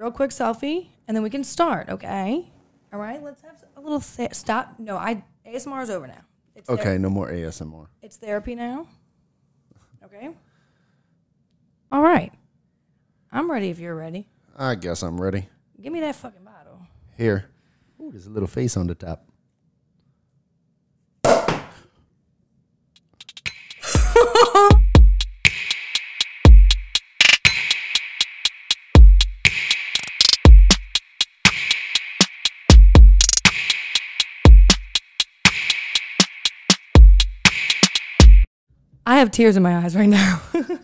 real quick selfie, and then we can start. Okay. All right. Let's have a little th- stop. No, I ASMR is over now. It's ther- Okay, no more ASMR. it's therapy now. Okay. All right. I'm ready if you're ready. I guess I'm ready. Give me that fucking bottle. Here. Ooh, there's a little face on the top. I have tears in my eyes right now.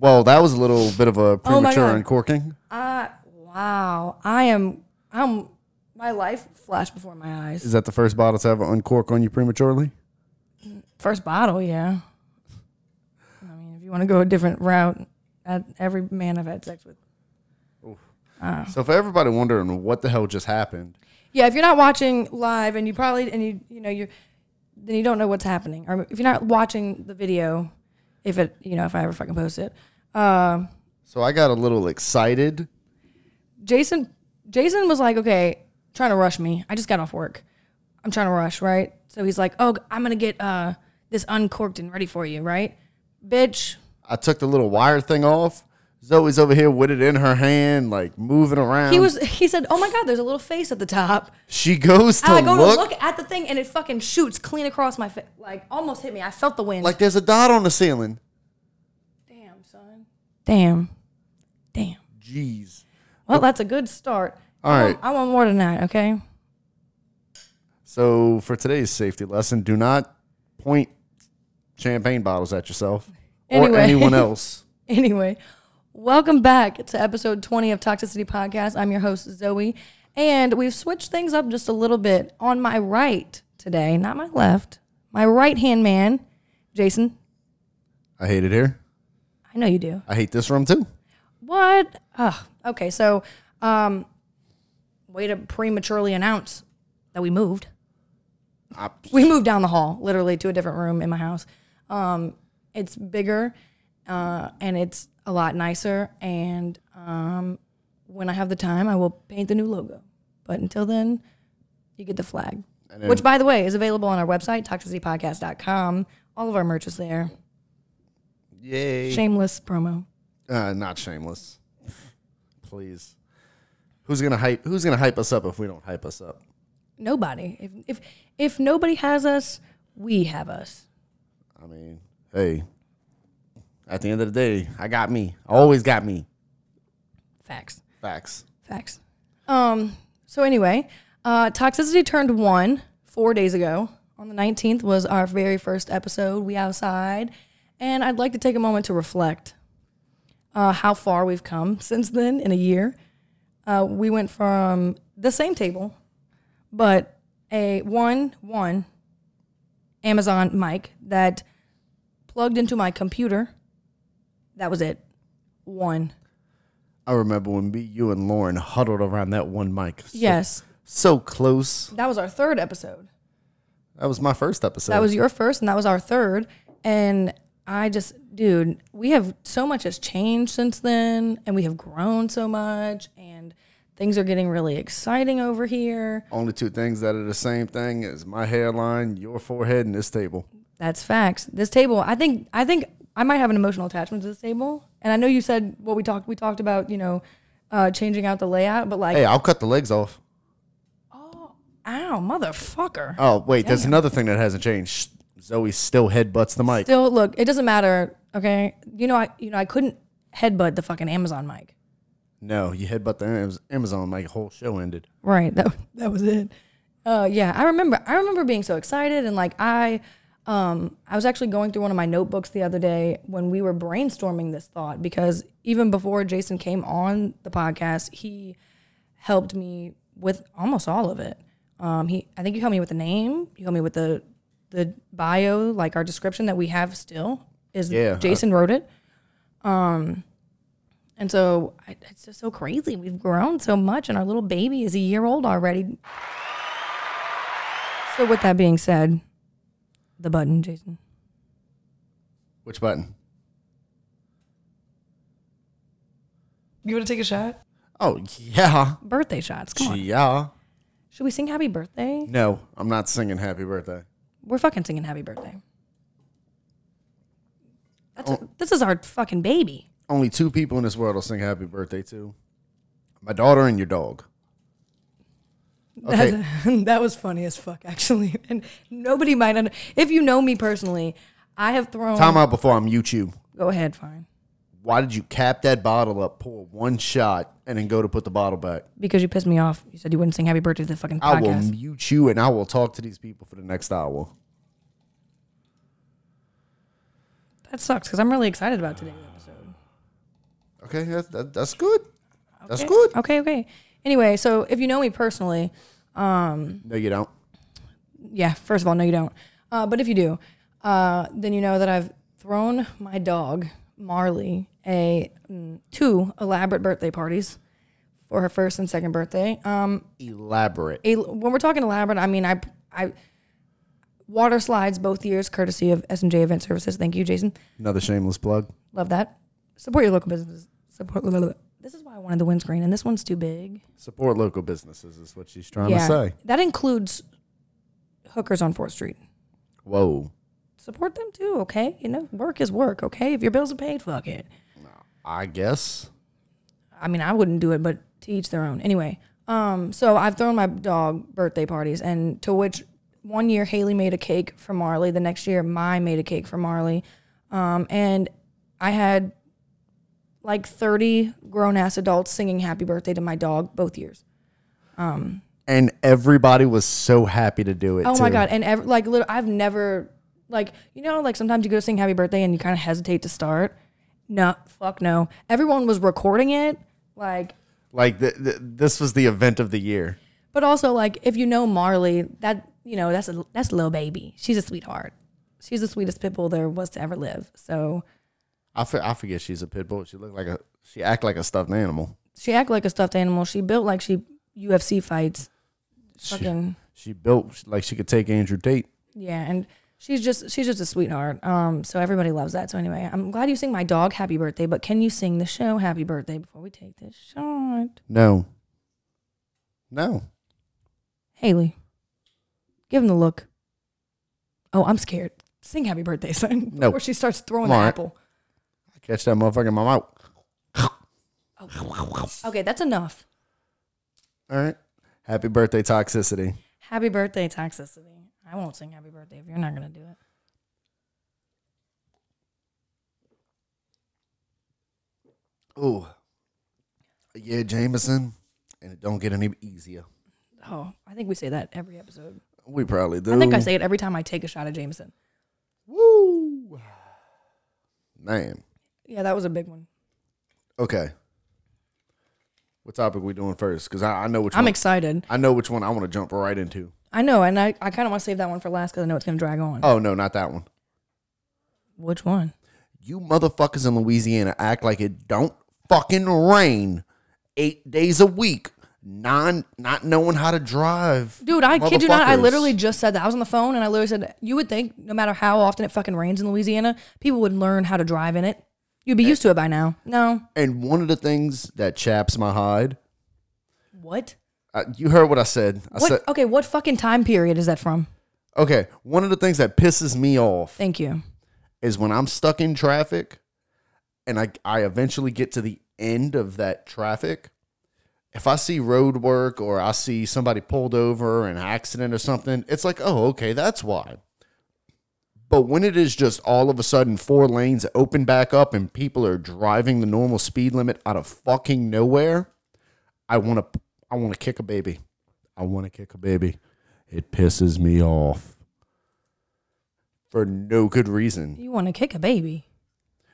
Well, that was a little bit of a Oh my premature God. uncorking. I wow. I am. I'm. My life flashed before my eyes. Is that the first bottle to ever uncork on you prematurely? First bottle, yeah. I mean, if you want to go a different route, at every man I've had sex with. So, for everybody wondering what the hell just happened, Yeah, if you're not watching live and you probably and you you know you're then you don't know what's happening. Or if you're not watching the video, if it you know if I ever fucking post it, um, so I got a little excited. Jason Jason was like, okay, trying to rush me. I just got off work. I'm trying to rush, right? So he's like, oh, I'm gonna get uh this uncorked and ready for you, right, bitch. I took the little wire thing off. Zoe's over here with it in her hand, like moving around. He was he said, oh my god, there's a little face at the top. she goes to, I go look, to look at the thing and it fucking shoots clean across my face, like almost hit me. I felt the wind. like there's a dot on the ceiling. Damn, son. Damn. Damn. Jeez. Well, that's a good start. All I right. want, I want more tonight, okay? So for today's safety lesson, do not point champagne bottles at yourself or Anyway. anyone else. Anyway, welcome back to episode 20 of Toxicity Podcast. I'm your host, Zoe, and we've switched things up just a little bit. On my right today, not my left, my right hand man, Jason. I hate it here. I know you do. I hate this room too. What? Ugh. Okay, so um, way to prematurely announce that we moved. I, we moved down the hall literally to a different room in my house um, it's bigger uh, and it's a lot nicer and um, when i have the time i will paint the new logo but until then you get the flag then- which by the way is available on our website toxicitypodcast.com all of our merch is there yay. shameless promo uh, not shameless. Please. Who's gonna hype? Who's gonna hype us up if we don't hype us up? nobody if if, if nobody has us we have us I mean, hey. At the end of the day, I got me. I always got me. facts Facts. Facts. Um, so anyway, uh, Toxicity turned one four days ago. On the 19th was our very first episode, We Outside. And I'd like to take a moment to reflect uh, how far we've come since then in a year. Uh, we went from the same table, but a one, one Amazon mic that plugged into my computer. That was it. One. I remember when me, you, and Lauren huddled around that one mic. So- Yes. So close. That was our third episode. That was my first episode. That was your first, and that was our third. And I just, dude, we have so much has changed since then, and we have grown so much, and things are getting really exciting over here. Only two things that are the same thing is my hairline, your forehead, and this table. That's facts. This table, I think, I think I might have an emotional attachment to this table. And I know you said what we talked, we talked about, you know, uh, changing out the layout, but like, Hey, I'll cut the legs off. ow, motherfucker. Oh, wait, there's another thing that hasn't changed. Zoe still headbutts the mic. Still, look, it doesn't matter. Okay, you know, I, you know, I couldn't headbutt the fucking Amazon mic. No, you headbutt the Amaz- Amazon like whole show ended. Right. That that was it. Uh, yeah, I remember. I remember being so excited and like I, um, I was actually going through one of my notebooks the other day when we were brainstorming this thought because even before Jason came on the podcast, he helped me with almost all of it. Um, he, I think you helped me with the name. You helped me with the the bio, like our description that we have still is Yeah, I- Jason wrote it. Um, and so I, it's just so crazy. We've grown so much, and our little baby is a year old already. So with that being said, the button, Jason. Which button? You want to take a shot? Oh yeah, Birthday shots. Come on. yeah. Should we sing happy birthday? No, I'm not singing "Happy Birthday." We're fucking singing happy birthday. That's Oh. this is our fucking baby. Only two people in this world will sing "Happy Birthday" to my daughter and your dog. Okay. That, that was funny as fuck, actually. And nobody might. Under- if you know me personally, I have thrown. Time out before I'm YouTube. Go ahead, fine. Why did you cap that bottle up, pour one shot, and then go to put the bottle back? Because you pissed me off. You said you wouldn't sing happy birthday to the fucking I will podcast. mute you and I will talk to these people for the next hour. That sucks because I'm really excited about today's episode. Okay, that, that, that's good. That's good. Okay, okay. Anyway, so if you know me personally, No, you don't. yeah, first of all, no, you don't. Uh, but if you do, uh, then you know that I've thrown my dog, Marley, a mm, two elaborate birthday parties for her first and second birthday. Um, Elaborate. a, when we're talking elaborate, I mean I I water slides both years, courtesy of SMJ Event Services. Thank you, Jason. Another shameless plug. Love that. Support your local businesses. Support. This is why I wanted the windscreen, and this one's too big. Support local businesses is what she's trying to say. that includes hookers on Fourth Street. Whoa. Support them too, okay? You know, work is work, okay? If your bills are paid, fuck it. I guess. I mean, I wouldn't do it, but to each their own. Anyway, um, so I've thrown my dog birthday parties, and to which one year Haley made a cake for Marley. The next year, my made a cake for Marley, um, and I had like thirty grown ass adults singing "Happy Birthday" to my dog both years. And everybody was so happy to do it. Oh my too. god! And ev- like, lit- I've never like you know like sometimes you go sing Happy Birthday and you kind of hesitate to start. No, fuck no. Everyone was recording it. Like Like, th- th- this was the event of the year. But also, like, if you know Marley, that you know that's a that's a little baby. She's a sweetheart. She's the sweetest pit bull there was to ever live. So I, for- I forget she's a pit bull. She looked like a, she act like a stuffed animal. she acted like a stuffed animal. She built like she UFC fights. Fucking She built like she could take Andrew Tate. yeah, and she's just she's just a sweetheart. Um, so everybody loves that. So anyway, I'm glad you sing my dog happy birthday. But can you sing the show happy birthday before we take this shot, No. No. Haley? Give him the look. Oh, I'm scared. Sing happy birthday, son. No. Before she starts throwing the Mark. apple. I catch that motherfucker in my mouth. Okay, that's enough. All right. Happy birthday, toxicity. Happy birthday, toxicity. I won't sing happy birthday if you're not gonna do it. Ooh. Yeah, Jameson. And it don't get any easier. Oh, I think we say that every episode. We probably do. I think I say it every time I take a shot of Jameson. Woo. Man. Yeah, that was a big one. Okay. What topic we doing first? Because I, I know which I'm one. excited. I know which one I want to jump right into. I know, and I, I kind of want to save that one for last because I know it's gonna drag on. Oh no, not that one. Which one? You motherfuckers in Louisiana act like it don't fucking rain eight days a week. Non not knowing how to drive. Dude, I kid you not. I Motherfuckers. literally just said that. I was on the phone and I literally said, You would think no matter how often it fucking rains in Louisiana, people would learn how to drive in it. You'd be used to it by now. No. And one of the things that chaps my hide, What? uh, you heard what I said. I What? said, okay, what fucking time period is that from? okay, one of the things that pisses me off Thank you. is when I'm stuck in traffic and I, I eventually get to the end of that traffic. If I see road work or I see somebody pulled over, an accident or something, it's like, oh, okay, that's why. But when it is just all of a sudden four lanes open back up and people are driving the normal speed limit out of fucking nowhere, I want to I want to kick a baby. I want to kick a baby. It pisses me off for no good reason. You want to kick a baby.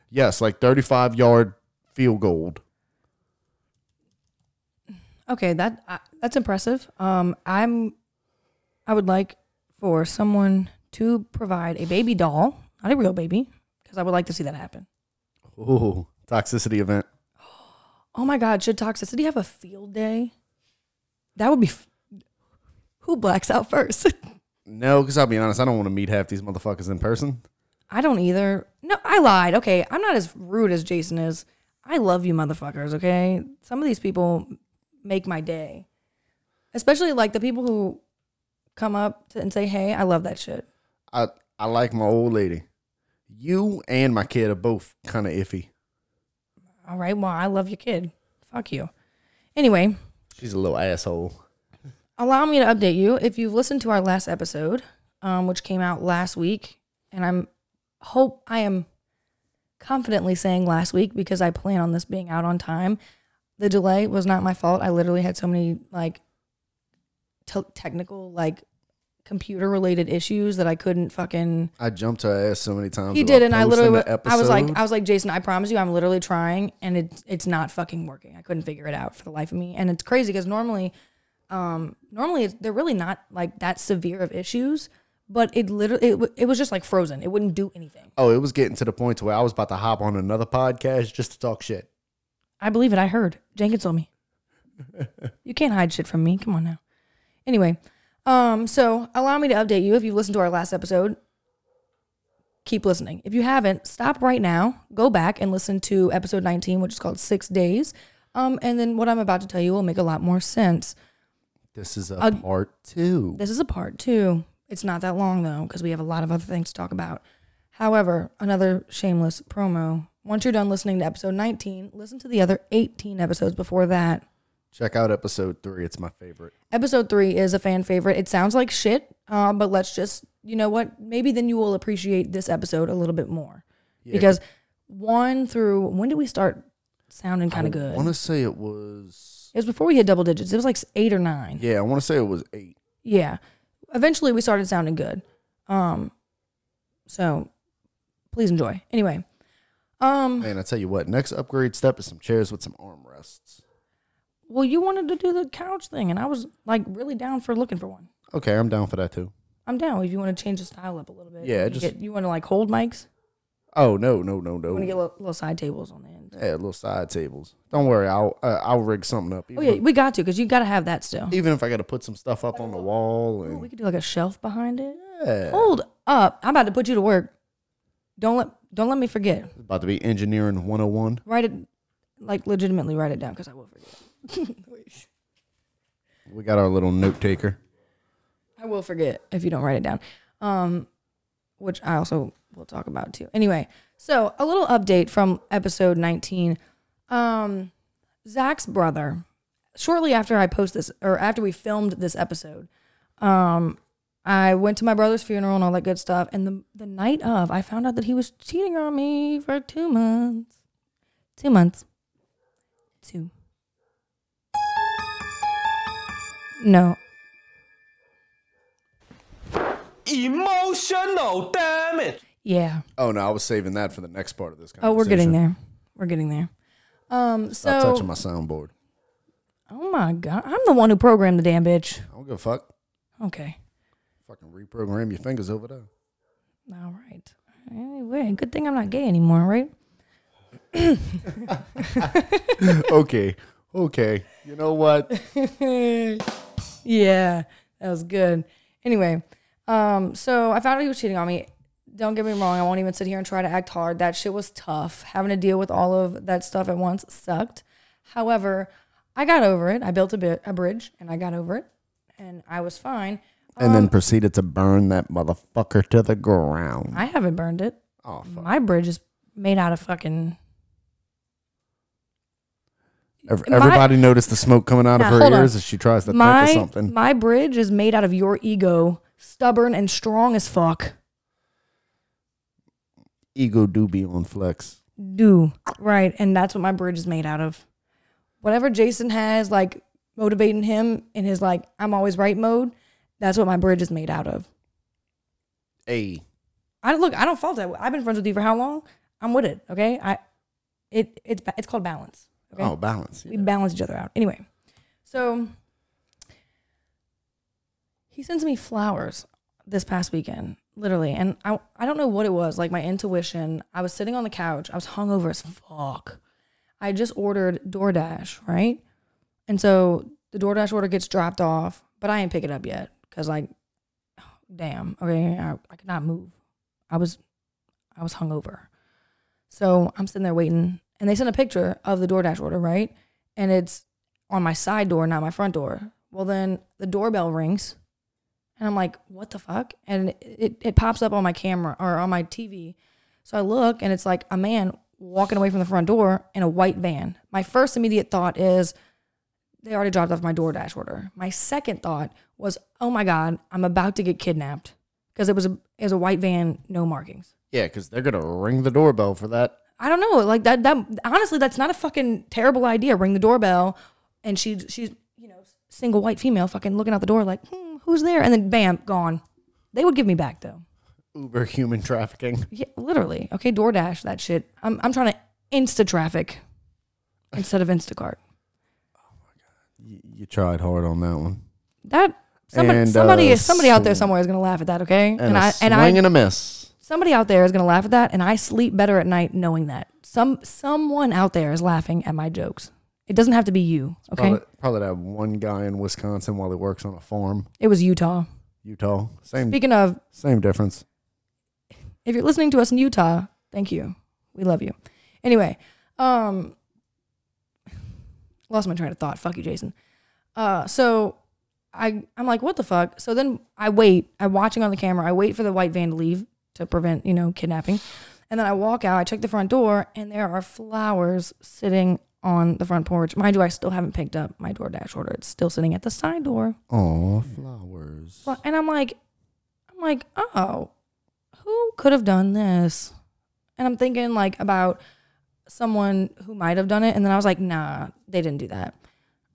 Yes, like 35 yard field goal. Okay, that uh, that's impressive. Um, I'm, I would like for someone to provide a baby doll, not a real baby, because I would like to see that happen. Ooh, toxicity event. Oh my God, should toxicity have a field day? That would be. F- who blacks out first? No, because I'll be honest, I don't want to meet half these motherfuckers in person. I don't either. No, I lied. Okay, I'm not as rude as Jason is. I love you motherfuckers, okay? Some of these people make my day. Especially like the people who come up to, and say, "Hey, I love that shit." I I like my old lady. You and my kid are both kind of iffy. All right, well, I love your kid. Fuck you. Anyway, She's a little asshole. allow me to update you. If you've listened to our last episode, um, which came out last week, and I'm hope I am confidently saying last week because I plan on this being out on time. The delay was not my fault. I literally had so many like te- technical like computer related issues that I couldn't fucking. I jumped her ass so many times. He about did, and I posting literally, the I was like, episode. I was like, Jason, I promise you, I'm literally trying, and it's it's not fucking working. I couldn't figure it out for the life of me, and it's crazy because normally, um, normally it's, they're really not like that severe of issues, but it literally, it, w- it was just like frozen. It wouldn't do anything. oh, it was getting to the point to where I was about to hop on another podcast just to talk shit. I believe it. I heard Jenkins told me. you can't hide shit from me. Come on now. Anyway, um, so allow me to update you if you've listened to our last episode. Keep listening. If you haven't, stop right now. Go back and listen to episode 19, which is called Six Days. Um, and then what I'm about to tell you will make a lot more sense. This is a part two. This is a part two. It's not that long though, because we have a lot of other things to talk about. However, another shameless promo. Once you're done listening to episode 19, listen to the other 18 episodes before that. Check out episode three. It's my favorite. episode three is a fan favorite. It sounds like shit, um, but let's just, you know what? Maybe then you will appreciate this episode a little bit more. Because one through, when did we start sounding kind of I good? want to say it was. it was before we hit double digits. It was like s- eight or nine. Yeah, I want to say it was eight. Yeah. Eventually we started sounding good. Um, so please enjoy. Anyway, um, Man, I tell you what, next upgrade step is some chairs with some armrests. well, you wanted to do the couch thing, and I was like really down for looking for one. Okay, I'm down for that too. I'm down if you want to change the style up a little bit. Yeah, you just- get, you want to like hold mics. Oh no, no, no, You no. want to get little, little side tables on the end. yeah, little side tables. Don't worry, I'll uh, I'll rig something up. Oh Even, yeah, we got to because you got to have that still. even if I got to put some stuff up on the wall Ooh, and Oh, we could do like a shelf behind it. yeah, Hold up, I'm about to put you to work. Don't let don't let me forget. about to be engineering 101. Write it like legitimately write it down because I will forget. We got our little note taker. I will forget if you don't write it down. Um, which I also will talk about too. Anyway, so a little update from episode 19. Um, Zach's brother, shortly after I post this or after we filmed this episode, um, I went to my brother's funeral and all that good stuff. And the, the night of, I found out that he was cheating on me for two months. Two months. Two. No, Emotional damage. yeah. Oh no, I was saving that for the next part of this. Oh, Conversation. we're getting there. We're getting there. Um, Stop so, touching my soundboard. oh my god, I'm the one who programmed the damn bitch. I don't give a fuck. Okay, Fucking reprogram your fingers over there. all right. Anyway, good thing I'm not gay anymore, right? okay, okay. You know what? yeah, that was good. Anyway, um, so I found out he was cheating on me. Don't get me wrong, I won't even sit here and try to act hard. That shit was tough. Having to deal with all of that stuff at once sucked. However, I got over it. I built a bit a bridge and I got over it and I was fine. and Um, then proceeded to burn that motherfucker to the ground. I haven't burned it. Oh, fuck. My bridge is made out of fucking. Ev- my- Everybody noticed the smoke coming out Now, of her hold on. ears as she tries to my think of something. my bridge is made out of your ego, stubborn and strong as fuck. Ego do be on flex. Do right, and that's what my bridge is made out of. Whatever Jason has, like motivating him in his like I'm always right mode. That's what my bridge is made out of. Hey, I look. I don't fault that. I've been friends with you for how long? I'm with it. Okay. I, it it's ba- it's called balance. Okay. oh, balance. we balance each other out. Anyway, so he sends me flowers this past weekend, literally, and I I don't know what it was. Like my intuition, I was sitting on the couch, I was hungover as fuck. I just ordered DoorDash, right? And so the DoorDash order gets dropped off, but I ain't pick it up yet because like, damn, okay, I, I could not move. I was, I was hungover. So I'm sitting there waiting, and they sent a picture of the DoorDash order, right? And it's on my side door, not my front door. Well, then the doorbell rings, and I'm like, "What the fuck?" And it it pops up on my camera or on my TV. So I look, and it's like a man walking away from the front door in a white van. My first immediate thought is, they already dropped off my DoorDash order. My second thought was, "Oh my god, I'm about to get kidnapped," because it was a it was a white van, no markings. Yeah, because they're gonna ring the doorbell for that. I don't know. Like that. That honestly, that's not a fucking terrible idea. Ring the doorbell, and she she's you know single white female, fucking looking out the door like, hmm, who's there? And then bam, gone. They would give me back though. Uber human trafficking. Yeah, literally. Okay, DoorDash that shit. I'm I'm trying to insta traffic instead of Instacart. You, you tried hard on that one. That somebody And, uh, somebody is somebody out there sl- somewhere is gonna laugh at that. Okay, And, a I swing I and a miss. somebody out there is gonna laugh at that, and I sleep better at night knowing that. Some someone out there is laughing at my jokes. It doesn't have to be you. Okay. Probably, probably that one guy in Wisconsin while he works on a farm, It was Utah. Utah. Same Speaking of, same difference. if you're listening to us in Utah, thank you. We love you. Anyway, um, lost my train of thought. Fuck you, Jason. Uh, so I I'm like, what the fuck? So then I wait. I'm watching on the camera. I wait for the white van to leave to prevent you know kidnapping, and then I walk out. I check the front door, and there are flowers sitting on the front porch. Mind you, I still haven't picked up my DoorDash order. It's still sitting at the side door. Aw, flowers. Well, and I'm like, I'm like, oh, who could have done this? And I'm thinking like about someone who might have done it, and then I was like, nah, they didn't do that.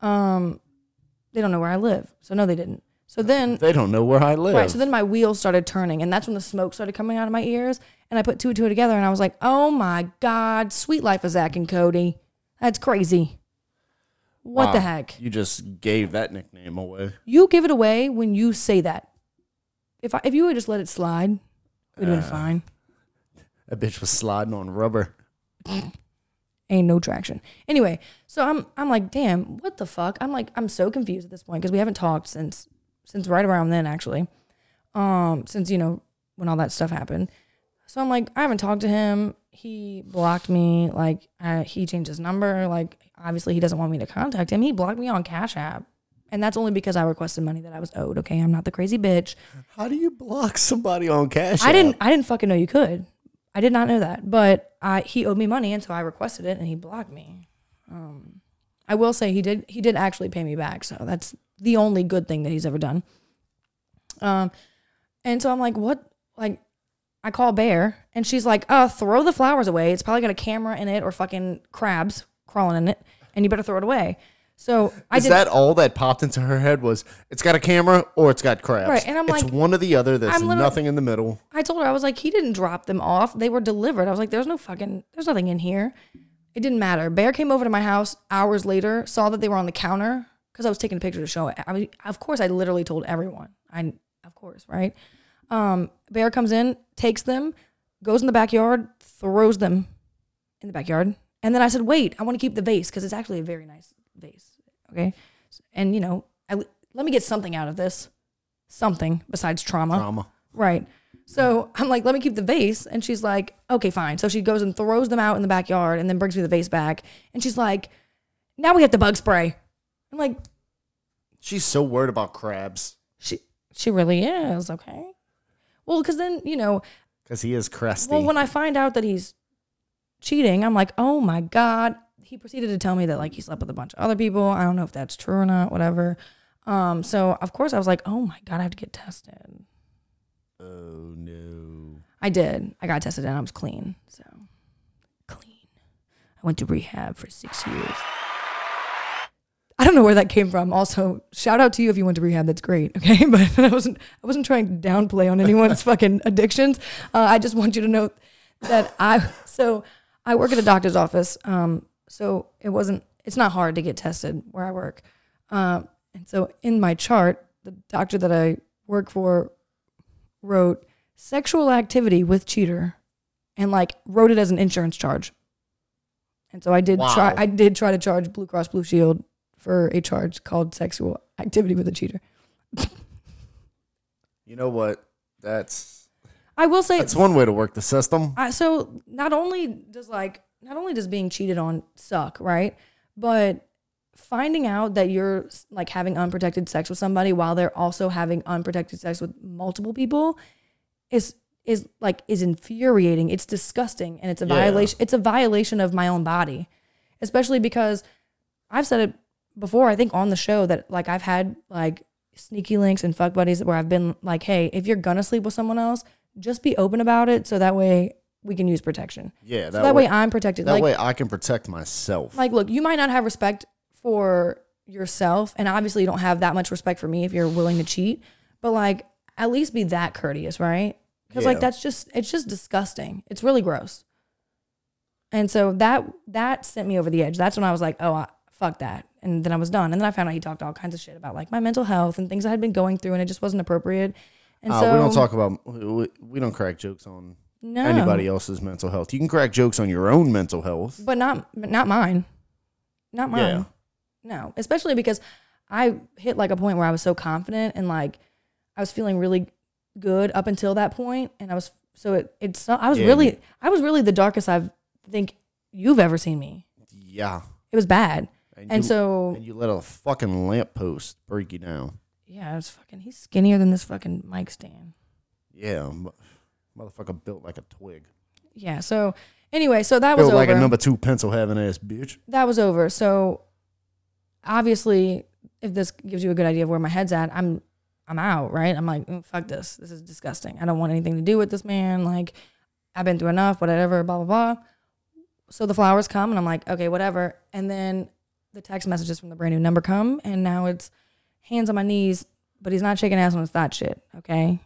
Um, they don't know where I live, so no, they didn't. So then, They don't know where I live. right, so then my wheels started turning, and that's when the smoke started coming out of my ears, and I put two and two together, and I was like, oh my god, sweet life of Zach and Cody, that's crazy. What the Wow, heck? You just gave that nickname away. You give it away when you say that. If I, if you would just let it slide, we'd have been fine. That bitch was sliding on rubber. Ain't no traction. Anyway, so I'm I'm like, damn, what the fuck? I'm like, I'm so confused at this point because we haven't talked since since right around then actually. Um, since you know when all that stuff happened. So I'm like, I haven't talked to him. He blocked me. Like, I, he changed his number. Like, obviously, he doesn't want me to contact him. He blocked me on Cash App, and that's only because I requested money that I was owed. Okay, I'm not the crazy bitch. How do you block somebody on cash? I App? didn't. I didn't fucking know you could. I did not know that. But I he owed me money, and so I requested it, and he blocked me. Um, I will say he did. He did actually pay me back. So that's the only good thing that he's ever done. Um, and so I'm like, what? Like, I call Bear, and she's like, uh, throw the flowers away. It's probably got a camera in it or fucking crabs crawling in it, and you better throw it away. So I Is did. that all that popped into her head was it's got a camera or it's got crabs? Right, and I'm it's like- one or the other. There's I'm literally- nothing in the middle. I told her I was like, he didn't drop them off. They were delivered. I was like, there's no fucking, there's nothing in here. It didn't matter. Bear came over to my house hours later, saw that they were on the counter because I was taking a picture to show it. I mean, of course, I literally told everyone. I, of course, right? Um, Bear comes in, takes them, goes in the backyard, throws them in the backyard. And then I said, wait, I want to keep the vase because it's actually a very nice vase. Okay. And, you know, I, let me get something out of this something besides Drama. Right. So I'm like, let me keep the vase. And she's like, okay, fine. So she goes and throws them out in the backyard and then brings me the vase back. And she's like, now we have to bug spray. I'm like, She's so worried about crabs she she really is, okay. Well, because then, you know, because he is crusty. well, when I find out that he's cheating, I'm like, oh my God. He proceeded to tell me that like he slept with a bunch of other people. I don't know if that's true or not, whatever. Um, so of course I was like, oh my God, I have to get tested. oh no! I did. I got tested and I was clean. So clean. I went to rehab for six years. I don't know where that came from. Also, shout out to you if you went to rehab. That's great. Okay, but I wasn't. I wasn't trying to downplay on anyone's fucking addictions. Uh, I just want you to know that I. So I work at a doctor's office. Um, so it wasn't. It's not hard to get tested where I work. Um, and so in my chart, the doctor that I work for wrote sexual activity with cheater and like wrote it as an insurance charge. And so I did Wow. try I did try to charge Blue Cross Blue Shield for a charge called sexual activity with a cheater. You know what? That's I will say that's one way to work the system. I, so not only does like not only does being cheated on suck, right? But finding out that you're like having unprotected sex with somebody while they're also having unprotected sex with multiple people is is like is infuriating. It's disgusting and it's a Yeah. violation it's a violation of my own body. Especially because I've said it before, I think on the show that like I've had like sneaky links and fuck buddies where I've been like, hey, if you're gonna sleep with someone else, just be open about it so that way we can use protection. Yeah, that, So that way, way, I'm protected. that like, way I can protect myself. like, look, you might not have respect for yourself, and obviously you don't have that much respect for me if you're willing to cheat. But like, at least be that courteous, right? Because like Yeah. that's just it's just disgusting. It's really gross. And so that that sent me over the edge. That's when I was like, oh, I, fuck that. And then I was done. And then I found out he talked all kinds of shit about like my mental health and things I had been going through, and it just wasn't appropriate. And uh, so Oh. we don't talk about we, we don't crack jokes on no, anybody else's mental health. You can crack jokes on your own mental health. but not but not mine, not mine. Yeah. No, especially because I hit like a point where I was so confident and like I was feeling really good up until that point, and I was so it it's so- I was Yeah, really I was really the darkest I've think you've ever seen me. Yeah. It was bad, And, and you, so and you let a fucking lamppost break you down. yeah, I was fucking. He's skinnier than this fucking mic stand. Yeah. m- Motherfucker built like a twig. Yeah. So anyway, so that was Built over. like a number two pencil having ass bitch. that was over. So obviously, if this gives you a good idea of where my head's at, I'm I'm out, right? I'm like, "Mm, fuck this. This is disgusting. I don't want anything to do with this man. Like, I've been through enough, whatever, blah, blah, blah. So the flowers come and I'm like, okay, whatever. And then the text messages from the brand new number come and now it's hands on my knees, but he's not shaking ass on his thought shit, okay?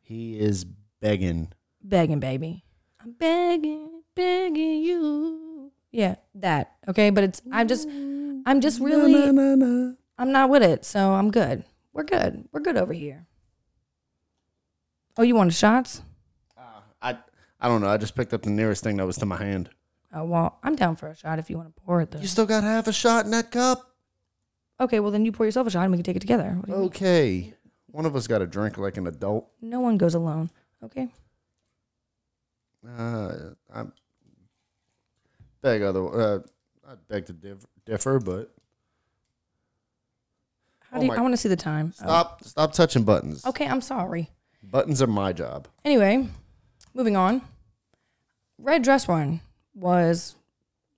He is begging. begging, baby. I'm begging, begging you. Yeah, that. Okay, but it's I'm just I'm just Na, really na, na. I'm not with it, so I'm good. We're good. We're good over here. Oh, you wanted shots? I I don't know. I just picked up the nearest thing that was to my hand. Oh well, I'm down for a shot if you want to pour it though. You still got half a shot in that cup? okay, well then you pour yourself a shot and we can take it together. What do you Oh. mean? Okay. One of us got to drink like an adult. No one goes alone. Okay. Uh, I beg other. Uh, I beg to diff- differ, but How Oh do you, my- I want to see the time? Oh. stop stop touching buttons. Okay, I'm sorry. Buttons are my job. Anyway, moving on. Red dress one was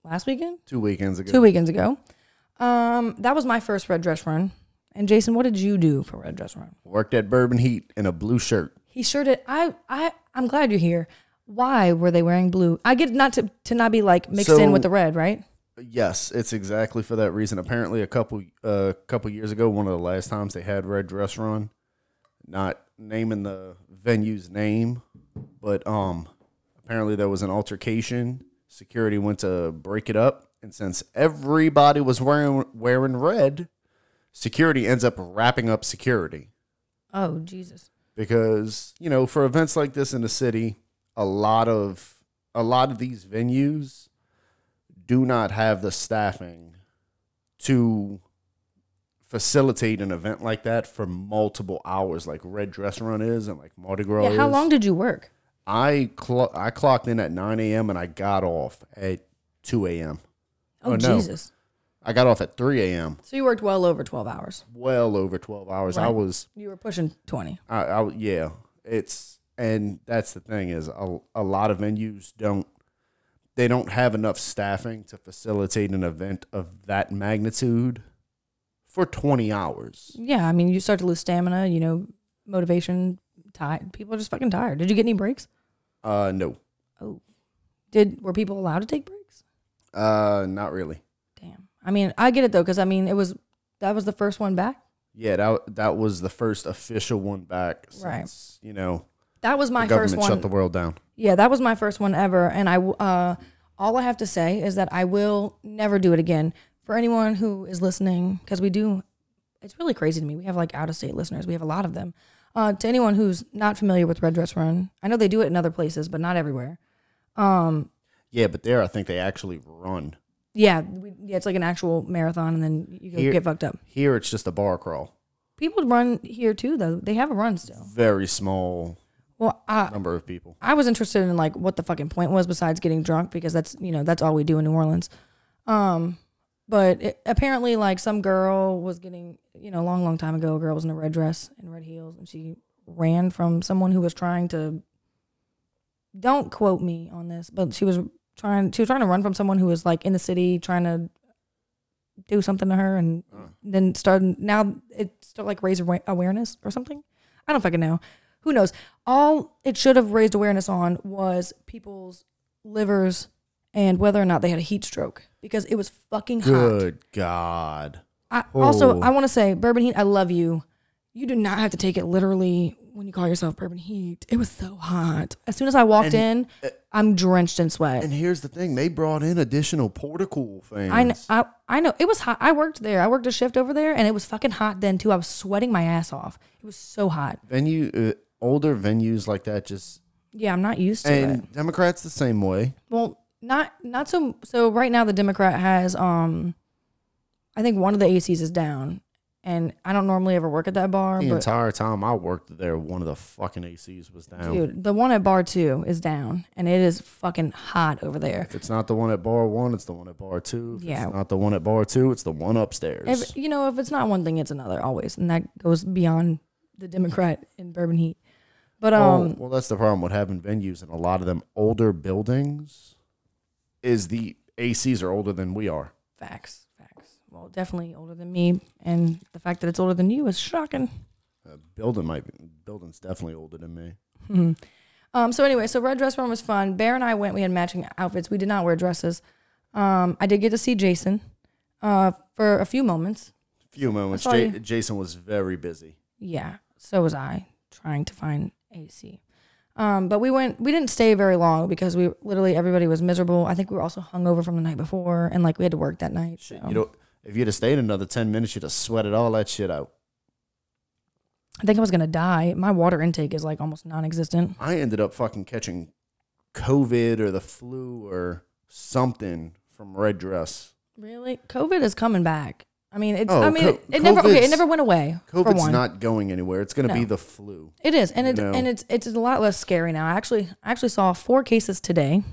last weekend. Two weekends ago. two weekends ago. Um, that was my first red dress run. And Jason, what did you do for red dress run? Worked at Bourbon Heat in a blue shirt. He sure did. I, I, I'm glad you're here. Why were they wearing blue? I get not to to not be like mixed in So- with the red, right? Yes, it's exactly for that reason. Apparently, a couple a couple years ago, one of the last times they had Red Dress Run, not naming the venue's name, but um, apparently there was an altercation. Security went to break it up, and since everybody was wearing wearing red, security ends up wrapping up security Oh Jesus! because you know for events like this in the city a lot of a lot of these venues do not have the staffing to facilitate an event like that for multiple hours like red dress run is and like mardi gras yeah, how is. long did you work? i clo- i clocked in at 9 a.m and i got off at 2 a.m Oh, Oh, no. Jesus! i got off at 3 a.m So you worked well over twelve hours. well over 12 hours i Right. was You were pushing twenty. I, I w- yeah, it's and that's the thing is a, a lot of venues don't they don't have enough staffing to facilitate an event of that magnitude for 20 hours. Yeah, I mean, you start to lose stamina. You know, motivation. Tired. People are just fucking tired. Did you get any breaks? Uh no. Oh, did were people allowed to take breaks? Uh not really. Damn. I mean, I get it though, because I mean, it was that was the first one back. Yeah, that that was the first official one back since, Right. you know, That was the my first government one. shut the world down. yeah, that was my first one ever, and I w- uh, all I have to say is that I will never do it again. For anyone who is listening, because we do, it's really crazy to me. We have like out of state listeners. We have a lot of them. Uh, to anyone who's not familiar with Red Dress Run, I know they do it in other places, but not everywhere. Um, Yeah, but there I think they actually run. yeah, we, yeah, it's like an actual marathon, and then you go Here- get fucked up. Here it's just a bar crawl. People run here too, though. They have a run still. Very small Well, uh, I, number of people. I was interested in like what the fucking point was besides getting drunk because that's you know that's all we do in New Orleans. Um, but it, apparently, like some girl was getting you know a long long time ago, a girl was in a red dress and red heels, and she ran from someone who was trying to. Don't quote me on this, but she was trying. She was trying to run from someone who was like in the city trying to do something to her, and then started. Now it start like raise awa- awareness or something. I don't fucking know. Who knows? All it should have raised awareness on was people's livers and whether or not they had a heat stroke because it was fucking hot. Good God. I, Also, Oh. I want to say, Bourbon Heat, I love you. You do not have to take it literally when you call yourself Bourbon Heat. It was so hot. As soon as I walked And- uh, in, I'm drenched in sweat. And here's the thing: they brought in additional portical things. I, kn- I, I know it was hot. I worked there. I worked a shift over there, and it was fucking hot then too. I was sweating my ass off. It was so hot. Venue, uh, older venues like that, just Yeah, I'm not used to it. and Democrats the same way. Well, not not so. So right now, the Democrat has um, I think one of the ACs is down, and I don't normally ever work at that bar, The but entire time I worked there, one of the fucking ACs was down. dude, the one at bar two is down, and it is fucking hot over there. If it's not the one at bar one, it's the one at bar two. If Yeah. it's not the one at bar two, it's the one upstairs. If, you know, if it's not one thing, it's another always, and that goes beyond the Democrat in Bourbon Heat. But um, Oh, well, well, that's the problem with having venues in a lot of them older buildings is the ACs are older than we are. facts, facts. Well, definitely older than me, and the fact that it's older than you is shocking. Uh, building might be, building's definitely older than me. Um, so anyway, so red dress run was fun. Bear and I went. We had matching outfits. We did not wear dresses. Um, I did get to see Jason uh, for a few moments. Few moments. I saw Ja- you. Jason was very busy. Yeah, so was I trying to find AC. Um, but we went. We didn't stay very long because we literally everybody was miserable. I think we were also hungover from the night before, and like we had to work that night. So. You know, if you'd have stayed another ten minutes, you'd have sweated all that shit out. I think I was gonna die. My water intake is like almost non-existent. I ended up fucking catching COVID or the flu or something from red dress. Really, COVID is coming back. I mean, it's. Oh, I mean, co- it, it never. Okay, it COVID's- never went away. for COVID's one. not going anywhere. It's going to be No. the flu. It is, and it know? and it's it's a lot less scary now. I actually I actually saw four cases today.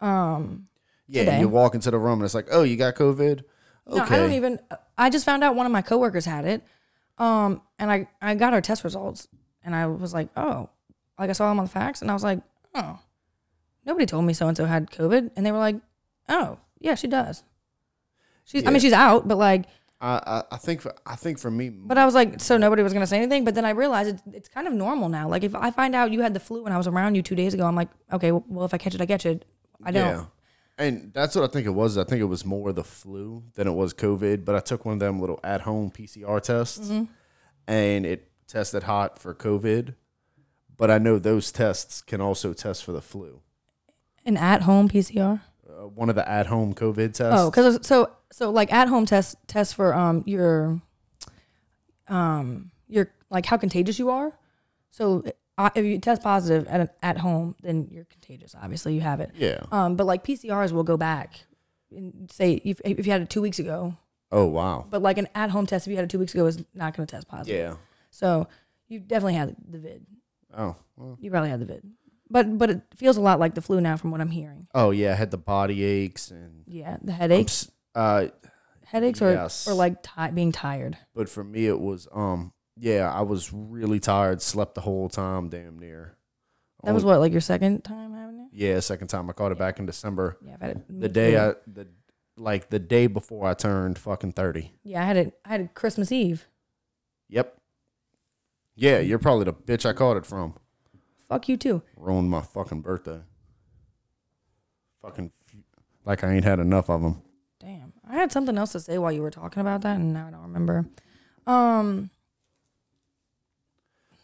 Um, Yeah, Today. and you walk into the room and it's like, oh, you got COVID. Okay, no, I don't even. I just found out one of my coworkers had it. Um, and I I got her test results, and I was like, oh, like I saw them on the fax, and I was like, oh, nobody told me so and so had COVID, and they were like, oh, yeah, she does. She's, I Yeah. mean, she's out, but like, I, I, I think for, I think for me, but I was like, so nobody was gonna say anything. But then I realized it's, it's kind of normal now. Like, if I find out you had the flu and I was around you two days ago, I'm like, okay, well, if I catch it, I catch it. I don't. yeah. And that's what I think it was. I think it was more the flu than it was COVID. But I took one of them little at home PCR tests, Mm-hmm. and it tested hot for COVID. But I know those tests can also test for the flu. An at-home PCR. Uh, one of the at home COVID tests. Oh, because so so like at-home test test for um your um your like how contagious you are. So uh, if you test positive at at home, then you're contagious. Obviously, you have it. yeah. Um, but like PCRs will go back and say if if you had it two weeks ago. Oh wow. But like an at-home test, if you had it two weeks ago, is not going to test positive. Yeah. So you definitely had the vid. Oh. well. You probably had the vid. But but it feels a lot like the flu now, from what I'm hearing. Oh yeah. I had the body aches and. Yeah, the headaches. Uh, headaches or, Yes. or like ti being tired. but for me it was um yeah i was really tired slept the whole time damn near That was Only- what like your second time having it. yeah second time i caught it back in december Yeah, I've had it the day i the like the day before i turned fucking 30 yeah I had it I had it Christmas Eve. yep yeah you're probably the bitch i caught it from Fuck you too. ruined my fucking birthday fucking f- like i ain't had enough of them Damn, I had something else to say while you were talking about that, and now I don't remember. Um,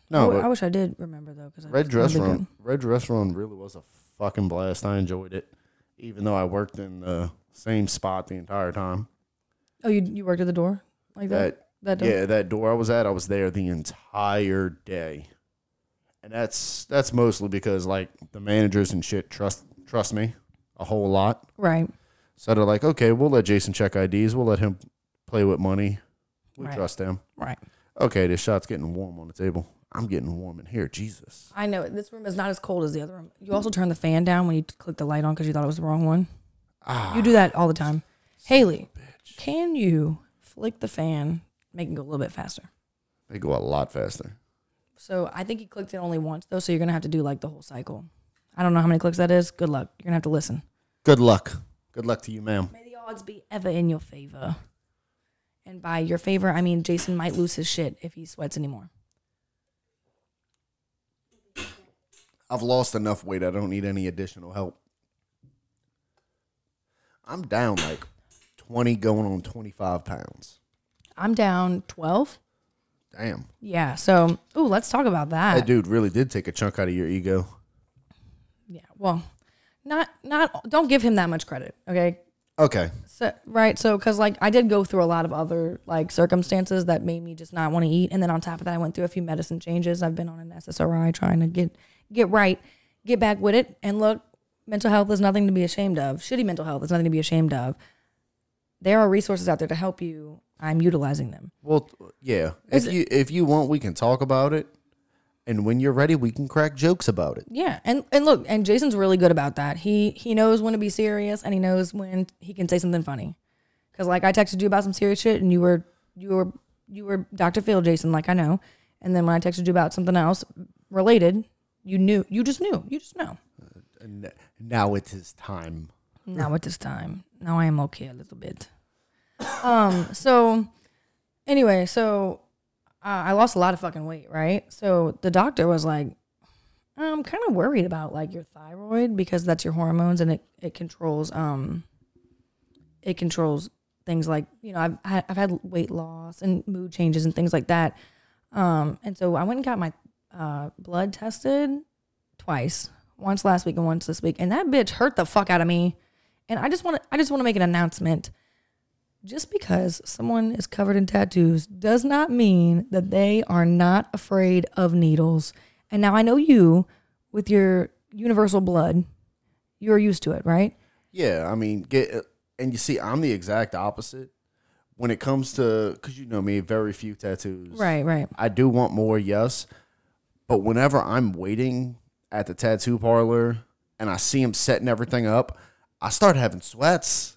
no I, w- I but wish I did remember though, because red dress run red dress run really was a fucking blast i enjoyed it even though i worked in the same spot the entire time Oh, you you worked at the door like that. That- That, door? Yeah, that door I was at, I was there the entire day, and that's that's mostly because like the managers and shit trust trust me a whole lot. right. So they're like, okay, we'll let Jason check IDs, we'll let him play with money, we Right. trust him. Right. Okay, this shot's getting warm on the table. I'm getting warm in here. Jesus. I know this room is not as cold as the other room. You also turn the fan down when you click the light on because you thought it was the wrong one. Ah, You do that all the time. Haley, can you flick the fan, make it go a little bit faster? they go a lot faster. So I think you clicked it only once though, so you're gonna have to do like the whole cycle. I don't know how many clicks that is. Good luck. You're gonna have to listen. Good luck. Good luck to you, ma'am. May the odds be ever in your favor. And by your favor, I mean Jason might lose his shit if he sweats anymore. I've lost enough weight. I don't need any additional help. I'm down like 20 going on 25 pounds. I'm down 12. Damn. Yeah. So, ooh, let's talk about that. That dude really did take a chunk out of your ego. Yeah. Well, not not don't give him that much credit. Okay. Okay. So, right. So, because like I did go through a lot of other like circumstances that made me just not want to eat, and then on top of that, I went through a few medicine changes. I've been on an SSRI trying to get get right, get back with it, and look, mental health is nothing to be ashamed of. Shitty mental health is nothing to be ashamed of. There are resources out there to help you. I'm utilizing them. Well, th- yeah. If you if you want, we can talk about it. And when you're ready, we can crack jokes about it. Yeah, and and look, and Jason's really good about that. He he knows when to be serious, and he knows when he can say something funny. Cause like I texted you about some serious shit, and you were you were you were Dr. Phil, Jason, like I know. And then when I texted you about something else related, you knew, you just knew, you just know. And now it is time. Now at this time, now I am okay a little bit. Um. So, anyway, so uh, I lost a lot of fucking weight, right? So the doctor was like, "I'm kind of worried about like your thyroid because that's your hormones and it it controls um. It controls things like you know I've had, I've had weight loss and mood changes and things like that. Um. And so I went and got my uh blood tested twice, once last week and once this week, and that bitch hurt the fuck out of me. And I just want to, I just want to make an announcement. Just because someone is covered in tattoos does not mean that they are not afraid of needles. And now I know you, with your universal blood, you're used to it, right? Yeah, I mean, get and you see, I'm the exact opposite when it comes to because you know me, very few tattoos. Right, right. I do want more, yes. But whenever I'm waiting at the tattoo parlor and I see him setting everything up, I start having sweats.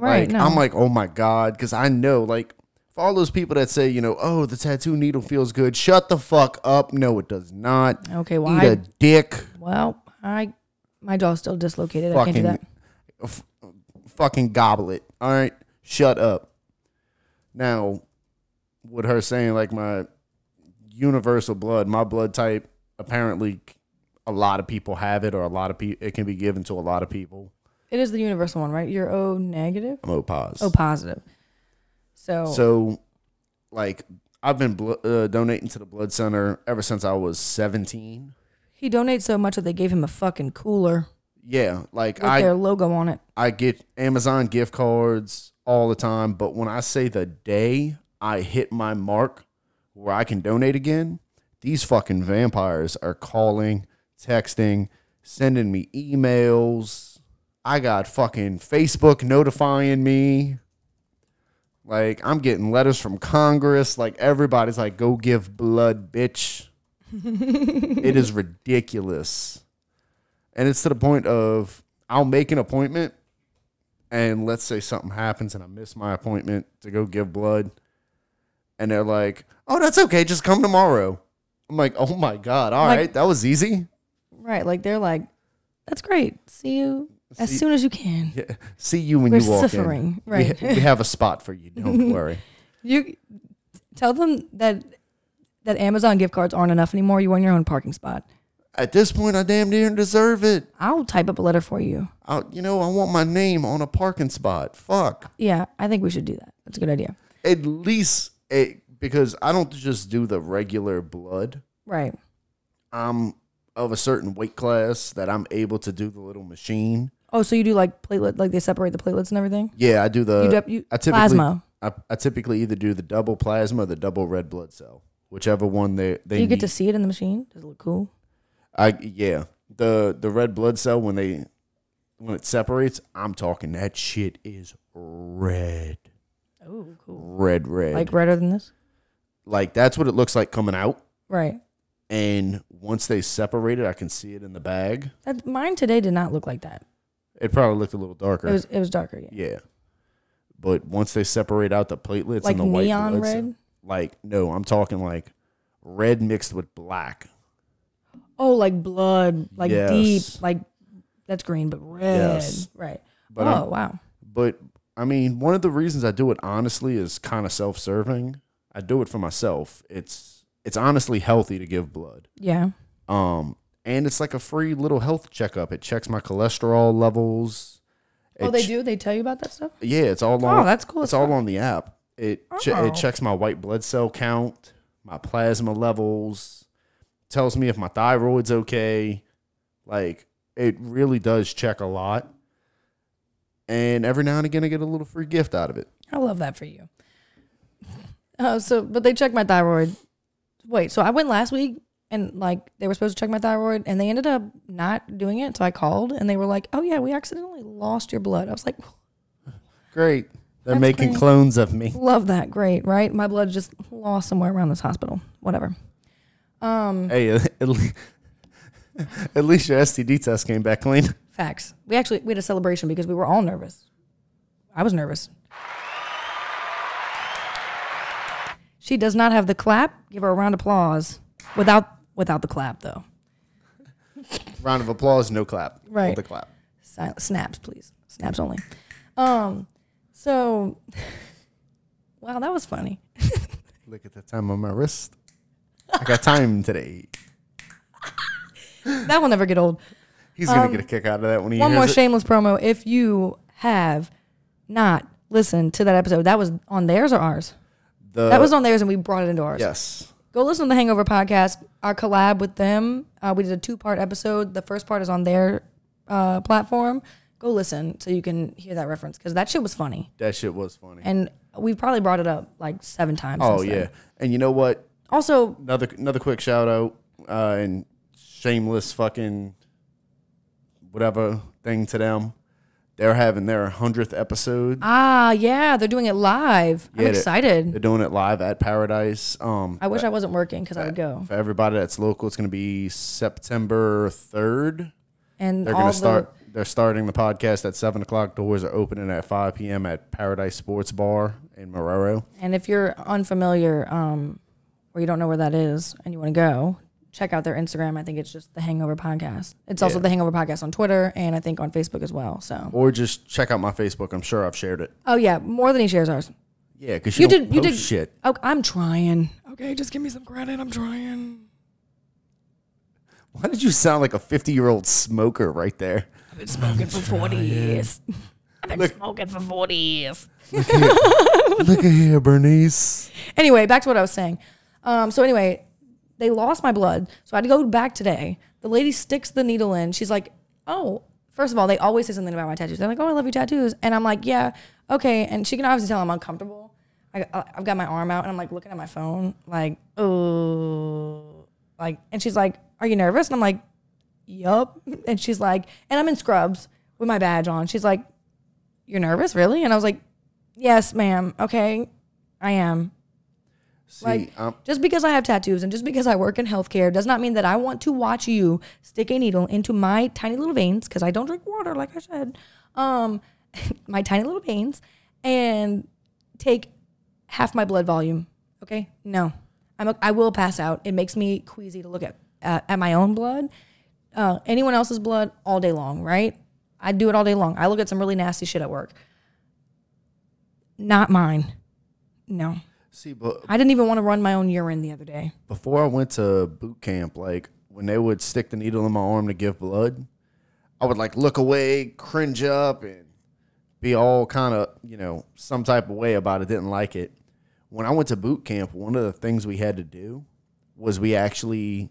Right. Like, no. I'm like, oh my God. Cause I know, like, for all those people that say, you know, oh, the tattoo needle feels good, shut the fuck up. No, it does not. okay, well, Eat a I, dick. well, I, my jaw's still dislocated. I can't do Fucking, that. f- fucking goblet. All right. Shut up. Now, with her saying, like, my universal blood, my blood type, apparently a lot of people have it or a lot of people, it can be given to a lot of people. It is the universal one, right? You're O negative, I'm O pause. O positive. So, So, like, I've been blo- uh, donating to the blood center ever since I was 17. he donates so much that they gave him a fucking cooler Yeah, like with I their logo on it. I get Amazon gift cards all the time, but when I say the day I hit my mark where I can donate again, these fucking vampires are calling, texting, sending me emails. I got fucking Facebook notifying me. Like I'm getting letters from Congress. Like everybody's like, "Go give blood, bitch." it is ridiculous. And it's to the point of I'll make an appointment and let's say something happens and I miss my appointment to go give blood. And they're like, oh, that's okay. Just come tomorrow. I'm like, oh my God. all right, Like- That was easy. Right. Like they're like, that's great. See you as See- soon as you can. Yeah. See you when We're you walk suffering, in. right. We, we have a spot for you. Don't worry. You tell them that that Amazon gift cards aren't enough anymore. You want your own parking spot. At this point, I damn near deserve it. I'll type up a letter for you. I, you know, I want my name on a parking spot. Fuck. Yeah, I think we should do that. That's a good idea. at least it because I don't just do the regular blood. Right. I'm of a certain weight class that I'm able to do the little machine. Oh, so you do like platelet, like they separate the platelets and everything. Yeah, I do the You do- you- Uh, I typically plasma. I, I typically either do the double plasma or the double red blood cell, whichever one they they Do you get need. to see it in the machine? Does it look cool? I yeah the the red blood cell when they when it separates, I'm talking that shit is red, Oh, cool. red, red. Like redder than this. like that's what it looks like coming out. Right. And once they separate it, I can see it in the bag. That, mine today did not look like that. It probably looked a little darker. It was it was darker. Yeah. yeah. But once they separate out the platelets Like and the white neon blood cell- red? like no, I'm talking like red mixed with black. Oh, like blood, like Yes. deep, like that's green but red. Yes. Right. But um, oh I'm- wow. But I mean, one of the reasons I do it honestly is kind of self-serving. I do it for myself. It's it's honestly healthy to give blood. Yeah. Um, and it's like a free little health checkup. It checks my cholesterol levels. oh, It they ch- do. They tell you about that stuff. Yeah, it's all Oh, on. that's cool. It's all on the app. It che- Oh. it checks my white blood cell count, my plasma levels, tells me if my thyroid's okay. Like it really does check a lot. And every now and again, I get a little free gift out of it. I love that for you. Oh, so but they checked my thyroid. Wait, so I went last week and like they were supposed to check my thyroid and they ended up not doing it. So I called and they were like, "Oh yeah, we accidentally lost your blood." I was like, Great. They're That's making great. clones of me. "Love that, great, right? My blood just lost somewhere around this hospital, whatever." Um, Hey, uh, at le- at least your STD test came back clean. facts. We actually we had a celebration because we were all nervous. I was nervous. She does not have the clap. Give her a round of applause. Without without the clap though. Round of applause, no clap. Hold Right. The clap. Sil- snaps, please. Snaps only. Um, so, wow, that was funny. Look at the time on my wrist. I got time today. That will never get old. He's gonna get a kick out of that when he Um, One hears more it. shameless promo. If you have not listened to that episode, that was on theirs or ours? The- that was on theirs, and we brought it into ours. yes. Go listen to the Hangover podcast. Our collab with them. Uh, we did a two-part episode. The first part is on their uh, platform. Go listen so you can hear that reference because that shit was funny, That shit was funny. and we've probably brought it up like seven times. oh since yeah. then. And you know what? Also, Another another quick shout out uh, and shameless fucking whatever thing to them. They're having their hundredth episode. Ah, yeah, they're doing it live. I'm Yeah, they- excited. They're doing it live at Paradise. Um, I wish I wasn't working because I would go. for everybody that's local, it's going to be September third. And They're all going to start. They're starting the podcast at seven o'clock. Doors are opening at five p.m. at Paradise Sports Bar in Marrero. the and if you're unfamiliar, um, or you don't know where that is and you want to go, check out their Instagram. I think it's just the Hangover Podcast. It's also the Hangover Podcast on Twitter and I think on Facebook as well. So, Or just check out my Facebook. I'm sure I've shared it. oh yeah, more than he shares ours. Yeah, because You you, don't did- you post did- shit. Oh, I'm trying. Okay, just give me some credit. I'm trying. Why did you sound like a 50 year old smoker right there? I've been smoking for 40 years. I've been smoking for 40 years. Look at here, Bernice. anyway, back to what I was saying. Um, so anyway, they lost my blood, so I had to go back today. The lady sticks the needle in. She's like, "Oh." First of all, they always say something about my tattoos. They're like, "Oh, I love your tattoos," and I'm like, "Yeah, okay." And she can obviously tell I'm uncomfortable. I, I- I've got my arm out, and I'm like looking at my phone, like, "Oh," like, and she's like, "Are you nervous?" And I'm like, "Yup." And she's like, and I'm in scrubs with my badge on. She's like, "You're nervous, really?" And I was like, "Yes, ma'am. Okay, I am." See, Like, um, just because I have tattoos and just because I work in healthcare does not mean that I want to watch you stick a needle into my tiny little veins because I don't drink water, like I said. Um, my tiny little veins and take half my blood volume. Okay, no, I'm a, I will pass out. It makes me queasy to look at at, at my own blood, uh, anyone else's blood all day long. Right? I do it all day long. I look at some really nasty shit at work. Not mine. No. see, but I didn't even want to run my own urine the other day. before I went to boot camp, like when they would stick the needle in my arm to give blood, I would like look away, cringe up, and be all kind of, you know, some type of way about it. Didn't like it. When I went to boot camp, one of the things we had to do was we actually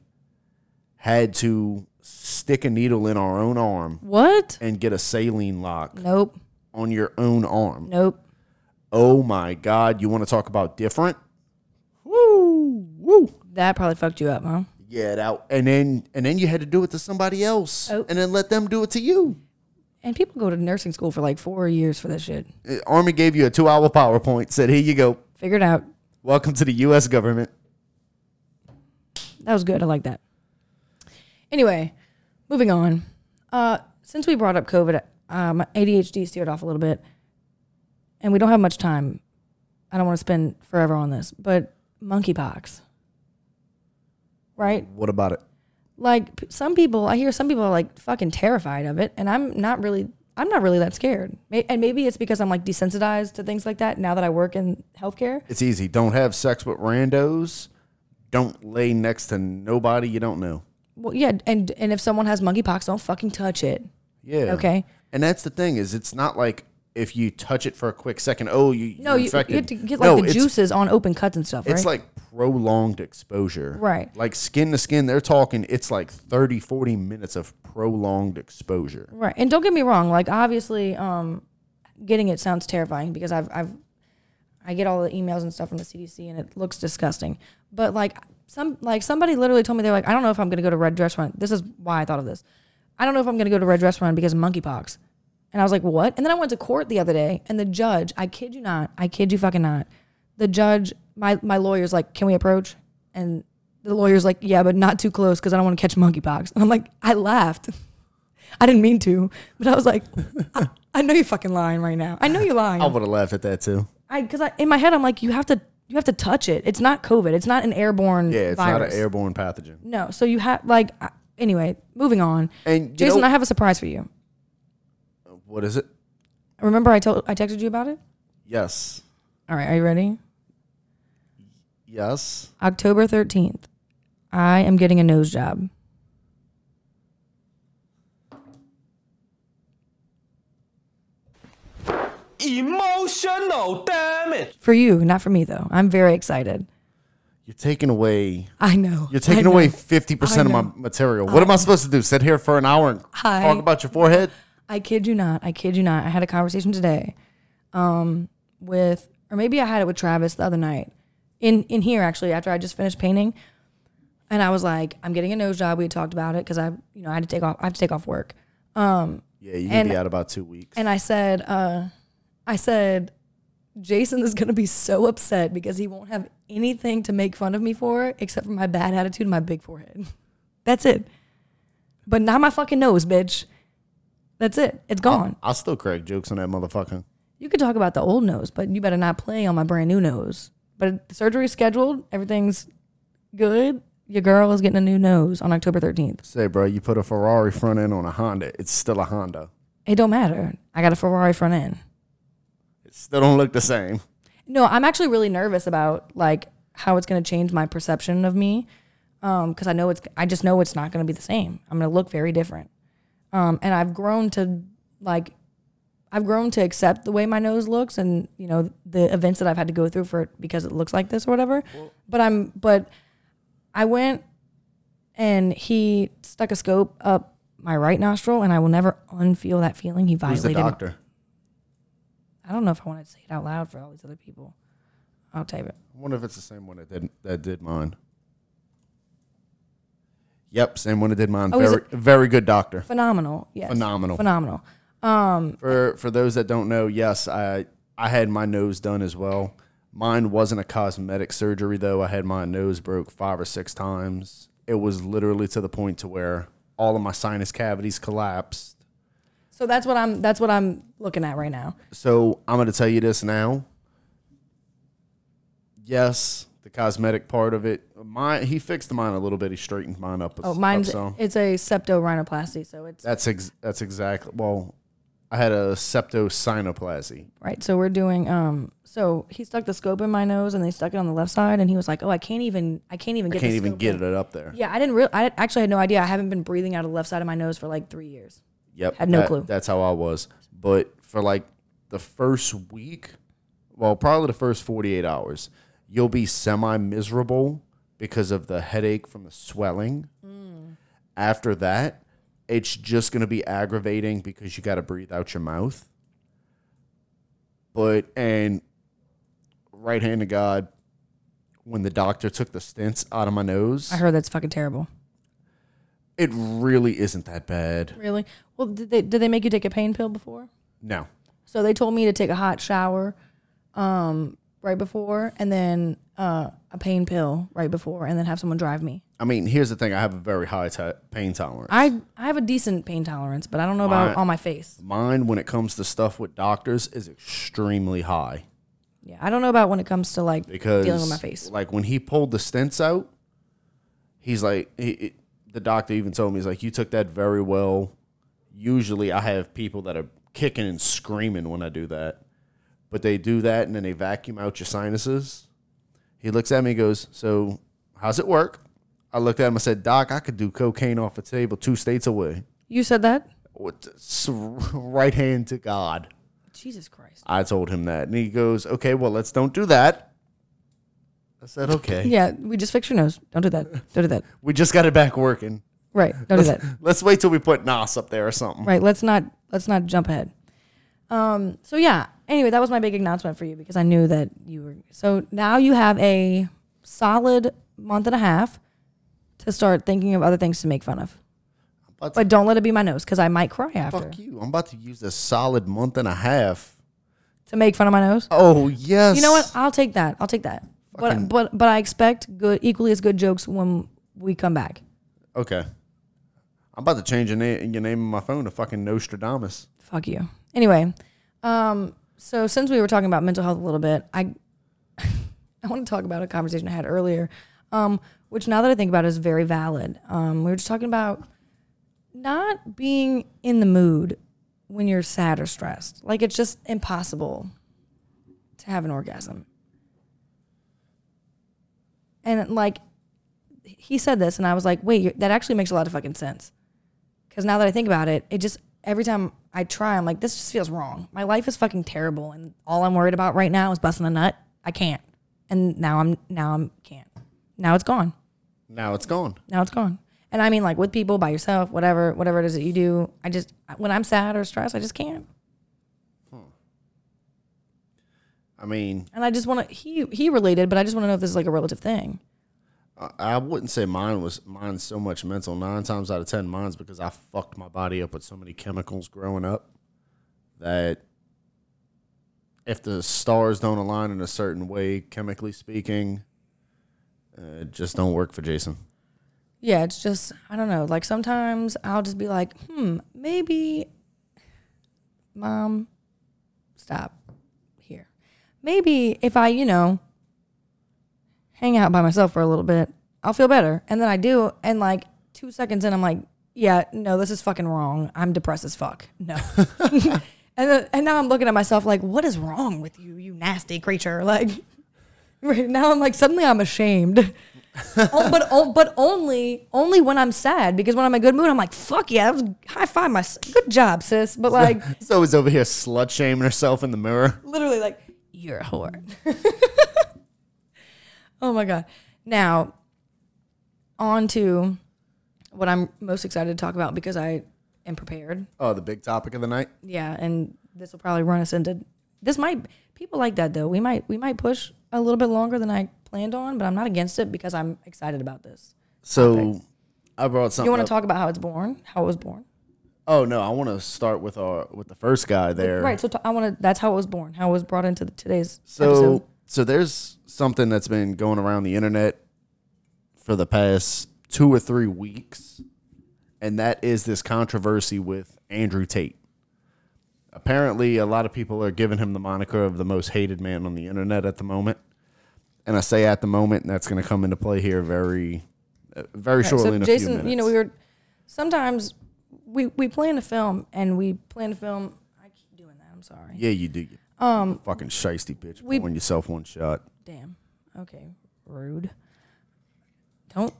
had to stick a needle in our own arm What? and get a saline lock Nope. on your own arm. Nope. Oh my God, you want to talk about different? Woo, woo. That probably fucked you up, huh? Yeah, that, and then and then you had to do it to somebody else, Oh. and then let them do it to you. And people go to nursing school for like four years for this shit. Uh, Army gave you a two-hour PowerPoint, said, "Here you go. Figure it out. Welcome to the U.S. government." That was good. I like that. Anyway, moving on. Uh, since we brought up COVID, uh, my ADHD steered off a little bit, and we don't have much time. I don't want to spend forever on this, but monkeypox, right? What about it? like p- some people i hear some people are like fucking terrified of it and i'm not really i'm not really that scared May- and maybe it's because i'm like desensitized to things like that now that i work in healthcare It's easy. Don't have sex with randos. Don't lay next to nobody you don't know. well yeah and and if someone has monkeypox don't fucking touch it Yeah. okay And that's the thing is, it's not like if you touch it for a quick second, oh, you no you're you, you infected. have to get like No, the it's- juices on open cuts and stuff right It's like prolonged exposure. Right. Like skin to skin, they're talking, it's like 30, 40 minutes of prolonged exposure. Right. And don't get me wrong, like obviously um getting it sounds terrifying because I've I've I get all the emails and stuff from the CDC and it looks disgusting. But like some like somebody literally told me they're like I don't know if I'm going to go to Red Dress Run. This is why I thought of this. I don't know if I'm going to go to Red Dress Run because of monkeypox. And I was like, "What?" And then I went to court the other day and the judge, I kid you not, I kid you fucking not. The judge, my my lawyer's like, "Can we approach?" And the lawyer's like, "Yeah, but not too close cuz I don't want to catch monkeypox." And I'm like, I laughed. I didn't mean to, but I was like, I, I know you're fucking lying right now. I know you're lying. I would have laughed at that too. I because I, in my head I'm like, you have to you have to touch it. It's not COVID. It's not an airborne. Yeah, it's not virus. an airborne pathogen. No, so you have like I- anyway. Moving on, And you Jason, know- I have a surprise for you. What is it? Remember, I told I texted you about it. Yes. All right, are you ready? Yes. October thirteenth, I am getting a nose job. Emotional damage. For you, not for me though. I'm very excited. You're taking away. I know You're I taking know. away fifty percent of I my know. material. What am I supposed to do? Sit here for an hour and I- talk about your forehead? I kid you not. I kid you not. I had a conversation today um, with, or maybe I had it with Travis the other night in, in here actually, after I just finished painting. And I was like, I'm getting a nose job. We had talked about it because I, you know, I had to take off, I have to take off work. Yeah, you're gonna be out about two weeks. And I said, uh, I said, Jason is going to be so upset because he won't have anything to make fun of me for except for my bad attitude and my big forehead. That's it. But not my fucking nose, bitch. That's it. It's gone. I'll still crack jokes on that motherfucker. You could talk about the old nose, but you better not play on my brand new nose. But the surgery's scheduled, everything's good. Your girl is getting a new nose on October 13th. Say, bro, you put a Ferrari front end on a Honda. It's still a Honda. It don't matter. I got a Ferrari front end. It still don't look the same. No, I'm actually really nervous about like how it's going to change my perception of me um cuz I know it's I just know it's not going to be the same. I'm going to look very different. Um and I've grown to like I've grown to accept the way my nose looks and you know the events that I've had to go through for it because it looks like this or whatever. but I'm but I went and he stuck a scope up my right nostril and I will never unfeel that feeling. He Who's the violated doctor? I don't know if I want to say it out loud for all these other people. I'll type it. I wonder if it's the same one that did that did mine. Yep, same one that did mine. Oh, is very, very good doctor. phenomenal. Yes. Phenomenal. Phenomenal. For for those that don't know, yes, I I had my nose done as well. Mine wasn't a cosmetic surgery though. I had my nose broke five or six times. It was literally to the point to where all of my sinus cavities collapsed. So that's what I'm that's what I'm looking at right now. So I'm going to tell you this now. Yes, the cosmetic part of it. My he fixed mine a little bit. He straightened mine up. Oh, mine's so. it's a septorhinoplasty, so it's That's ex- that's exactly. Well, I had a septosinoplasty. right. So we're doing um so he stuck the scope in my nose and they stuck it on the left side and he was like, "Oh, I can't even I can't even get Can't the even scope get in." it up there. Yeah, I didn't real I actually had no idea. I haven't been breathing out of the left side of my nose for like 3 years. Yep. Had no that- clue. That's how I was. But for like the first week, well, probably the first 48 hours, you'll be semi miserable because of the headache from the swelling. Mm. After that, it's just going to be aggravating because you got to breathe out your mouth. But, and right hand of God, when the doctor took the stents out of my nose, I heard that's fucking terrible. it really isn't that bad. Really? Well, did they did they make you take a pain pill before? No. So they told me to take a hot shower, um, right before, and then uh, a pain pill right before, and then have someone drive me. I mean, here's the thing: I have a very high to- pain tolerance. I I have a decent pain tolerance, but I don't know about Right. on my face. Mine, when it comes to stuff with doctors, is extremely high Yeah, I don't know about when it comes to like because dealing with my face. Like when he pulled the stents out, he's like, he, he- the doctor even told me, he's like, you took that very well. Usually, I have people that are kicking and screaming when I do that, but they do that and then they vacuum out your sinuses. He looks at me, and goes, "So, how's it work?" I looked at him, I said, "Doc, I could do cocaine off a table two states away." You said that? What the- s- Right hand to God. Jesus Christ. I told him that. And he goes, okay, well, let's don't do that. I said, okay. Yeah, we just fixed your nose. Don't do that. Don't do that. We just got it back working. Right. Don't do that. Let's wait till we put Nas up there or something. Right. Let's not let's not jump ahead. Um. So yeah. Anyway, that was my big announcement for you because I knew that you were. So now you have a solid month and a half to start thinking of other things to make fun of. about to- But don't let it be my nose because I might cry after Fuck you. I'm about to use a solid month and a half. to make fun of my nose. Oh, yes. You know what? I'll take that. I'll take that. But but but I expect good equally as good jokes when we come back. Okay. I'm about to change your, na- your name on my phone to fucking Nostradamus. Fuck you. Anyway, um, so since we were talking about mental health a little bit, I I want to talk about a conversation I had earlier, um, which now that I think about it is very valid. Um, we were just talking about not being in the mood when you're sad or stressed. Like it's just impossible to have an orgasm. And like he said this, and I was like, wait, you- that actually makes a lot of fucking sense. Because now that I think about it, it just every time I try, I'm like, this just feels wrong. My life is fucking terrible, and all I'm worried about right now is busting a nut. I can't, and now I'm now I'm can't. Now it's gone. Now it's gone. Now it's gone. And I mean, like with people, by yourself, whatever, whatever it is that you do. I just when I'm sad or stressed, I just can't. I mean, And I just want to. He he related, but I just want to know if this is like a relative thing. I, I wouldn't say mine was mine so much mental. Nine times out of ten, mine's because I fucked my body up with so many chemicals growing up that if the stars don't align in a certain way, chemically speaking, uh, it just don't work for Jason. Yeah, it's just I don't know. Like sometimes I'll just be like, hmm, maybe, mom, stop here. Maybe if I, you know, hang out by myself for a little bit, I'll feel better. And then I do, and like two seconds in, I'm like, yeah, no, this is fucking wrong. I'm depressed as fuck. No. and then, and now I'm looking at myself like, what is wrong with you, you nasty creature? Like, right now I'm like, suddenly I'm ashamed. Oh, but oh, but only only when I'm sad because when I'm in a good mood, I'm like, fuck yeah, that was high five my good job, sis. But like He's always over here slut shaming herself in the mirror. literally like you're a whore. oh my god. Now on to what I'm most excited to talk about because I am prepared. Oh, the big topic of the night. Yeah, and this will probably run us into this might people like that though. We might we might push a little bit longer than I planned on, but I'm not against it because I'm excited about this. So I brought something. You want up- to talk about how it's born, how it was born? Oh no, I want to start with our with the first guy there. Right. So t- I want to. That's how it was born. How it was brought into the, today's So episode. so there's something that's been going around the internet for the past two or three weeks, and that is this controversy with Andrew Tate. Apparently, a lot of people are giving him the moniker of the most hated man on the internet at the moment. And I say at the moment, and that's going to come into play here very, uh, very Right, shortly in a few Jason, minutes. you know, we were sometimes we we plan a film and we plan a film. I keep doing that. I'm sorry. yeah, you do. Um, fucking shisty bitch, we- when yourself one shot. Damn. Okay. Rude. Don't.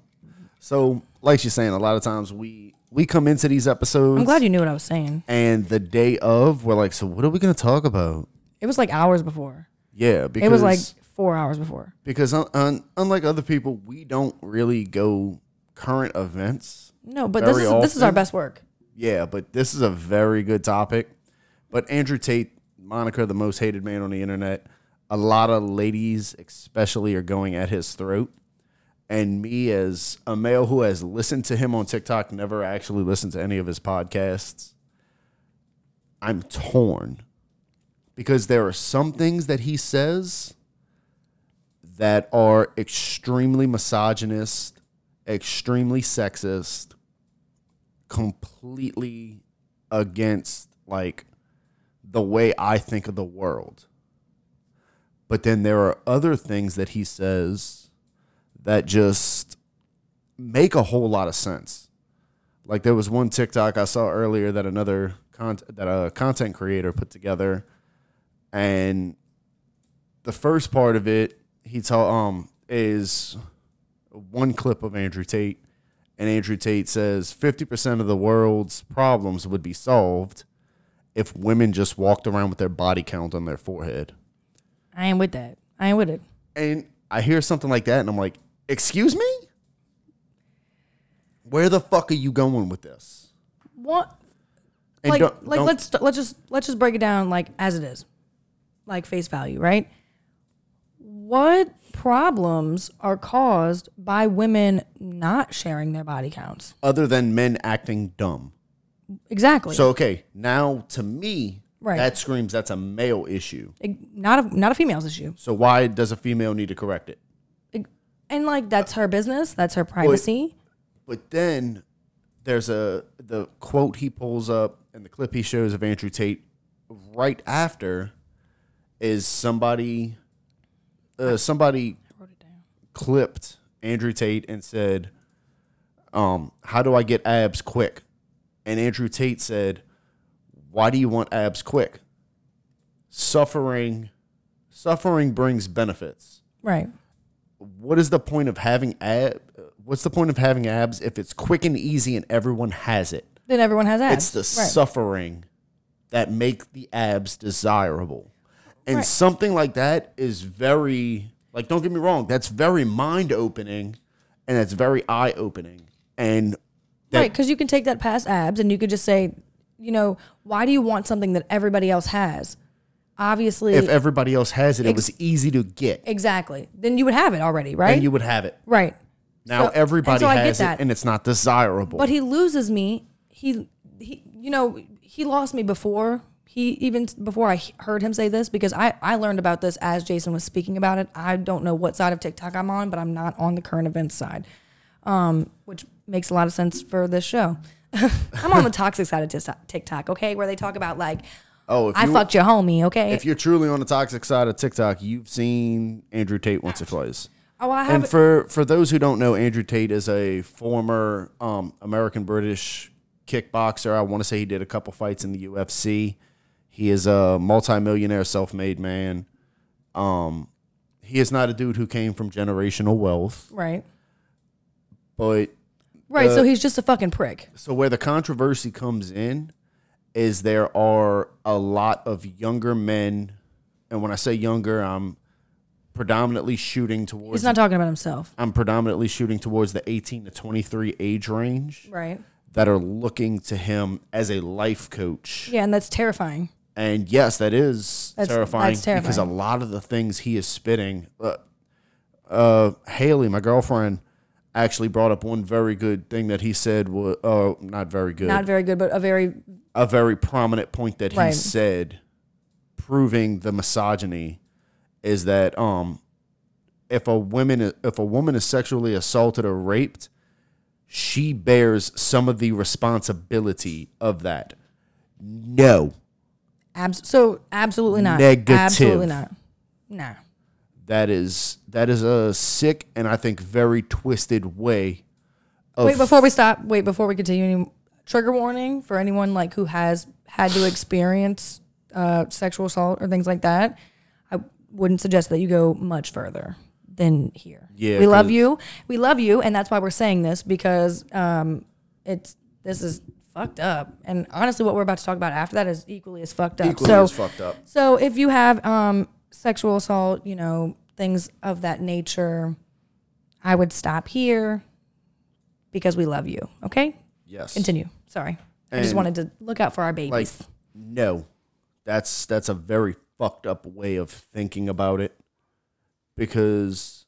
So, like she's saying, a lot of times we we come into these episodes. I'm glad you knew what I was saying. and the day of we're like so what are we going to talk about It was like hours before. yeah because It was like four hours before. because un, un, unlike other people we don't really go current events No, but this Very is this is our often. best work. yeah but this is a very good topic but andrew tate moniker the most hated man on the internet a lot of ladies especially are going at his throat and me as a male who has listened to him on tiktok never actually listened to any of his podcasts i'm torn because there are some things that he says that are extremely misogynist, extremely sexist, completely against like the way I think of the world. But then there are other things that he says that just make a whole lot of sense. Like there was one TikTok I saw earlier that another con- that a content creator put together, and the first part of it he tell um is one clip of Andrew Tate, and Andrew Tate says fifty percent of the world's problems would be solved if women just walked around with their body count on their forehead. I ain't with that. I ain't with it. And I hear something like that, and I'm like, excuse me? Where the fuck are you going with this? What? And like, don't- like don't- let's let's just let's just break it down like as it is, like face value, right? What problems are caused by women not sharing their body counts? other than men acting dumb. Exactly. So okay, now to me, Right. that screams that's a male issue. Ig- not a not a female's issue, So why does a female need to correct it? Ig- and like that's her business, that's her privacy. But then there's a the quote he pulls up and the clip he shows of Andrew Tate right after is somebody uh, somebody clipped Andrew Tate and said, um, how do I get abs quick? And Andrew Tate said, Why do you want abs quick? Suffering suffering brings benefits Right. what is the point of having ab? What's the point of having abs if it's quick and easy and everyone has it? Then everyone has abs. It's the right. suffering that make the abs desirable, and something like that is very like. Don't get me wrong, that's very mind opening, and that's very eye opening, and that Right, because you can take that past abs and you could just say, you know, why do you want something that everybody else has? Obviously, if e- everybody else has it, it was easy to get, exactly. Then you would have it already, right? and you would have it. right. Now So- and everybody so I get has it, that. and it's not desirable. But he loses me. He he, you know, he lost me before he even before I he- heard him say this because I I learned about this as Jason was speaking about it. I don't know what side of TikTok I'm on, but I'm not on the current events side, um, which makes a lot of sense for this show. I'm on the toxic side of Tis- TikTok, okay, where they talk about like oh, if I you, fucked your homie, okay? if you're truly on the toxic side of TikTok, you've seen Andrew Tate once or twice. oh, I And have. for for those who don't know, Andrew Tate is a former um, American British kickboxer. I want to say he did a couple fights in the UFC. He is a multimillionaire, self made man. Um, he is not a dude who came from generational wealth, Right. but Right. Uh, so he's just a fucking prick. so where the controversy comes in is there are a lot of younger men, and when I say younger, I'm predominantly shooting towards He's not talking about himself. I'm predominantly shooting towards the 18 to 23 age range Right. that are looking to him as a life coach. Yeah, and that's terrifying. And yes, that is That's- terrifying, that's terrifying. because a lot of the things he is spitting. Uh, uh, Haley, my girlfriend, actually brought up one very good thing that he said was, uh, not very good, Not very good, but a very a very prominent point that he Right. said, proving the misogyny, is that um, if a woman if a woman is sexually assaulted or raped, she bears some of the responsibility of that. No, abs- so absolutely not. Negative. Absolutely not. Nah. that is that is a sick and I think very twisted way. Of, Wait, before we stop, wait, before we continue, any- trigger warning for anyone like who has had to experience uh, sexual assault or things like that. I wouldn't suggest that you go much further than here. Yeah, we love 'cause- you. We love you, and that's why we're saying this because um, it's this is fucked up. And honestly, what we're about to talk about after that is equally as fucked up. equally so as fucked up. So if you have um, sexual assault, you know things of that nature, I would stop here because we love you. Okay, Yes, continue. Sorry, I just And- wanted to look out for our babies. like no that's that's a very fucked up way of thinking about it because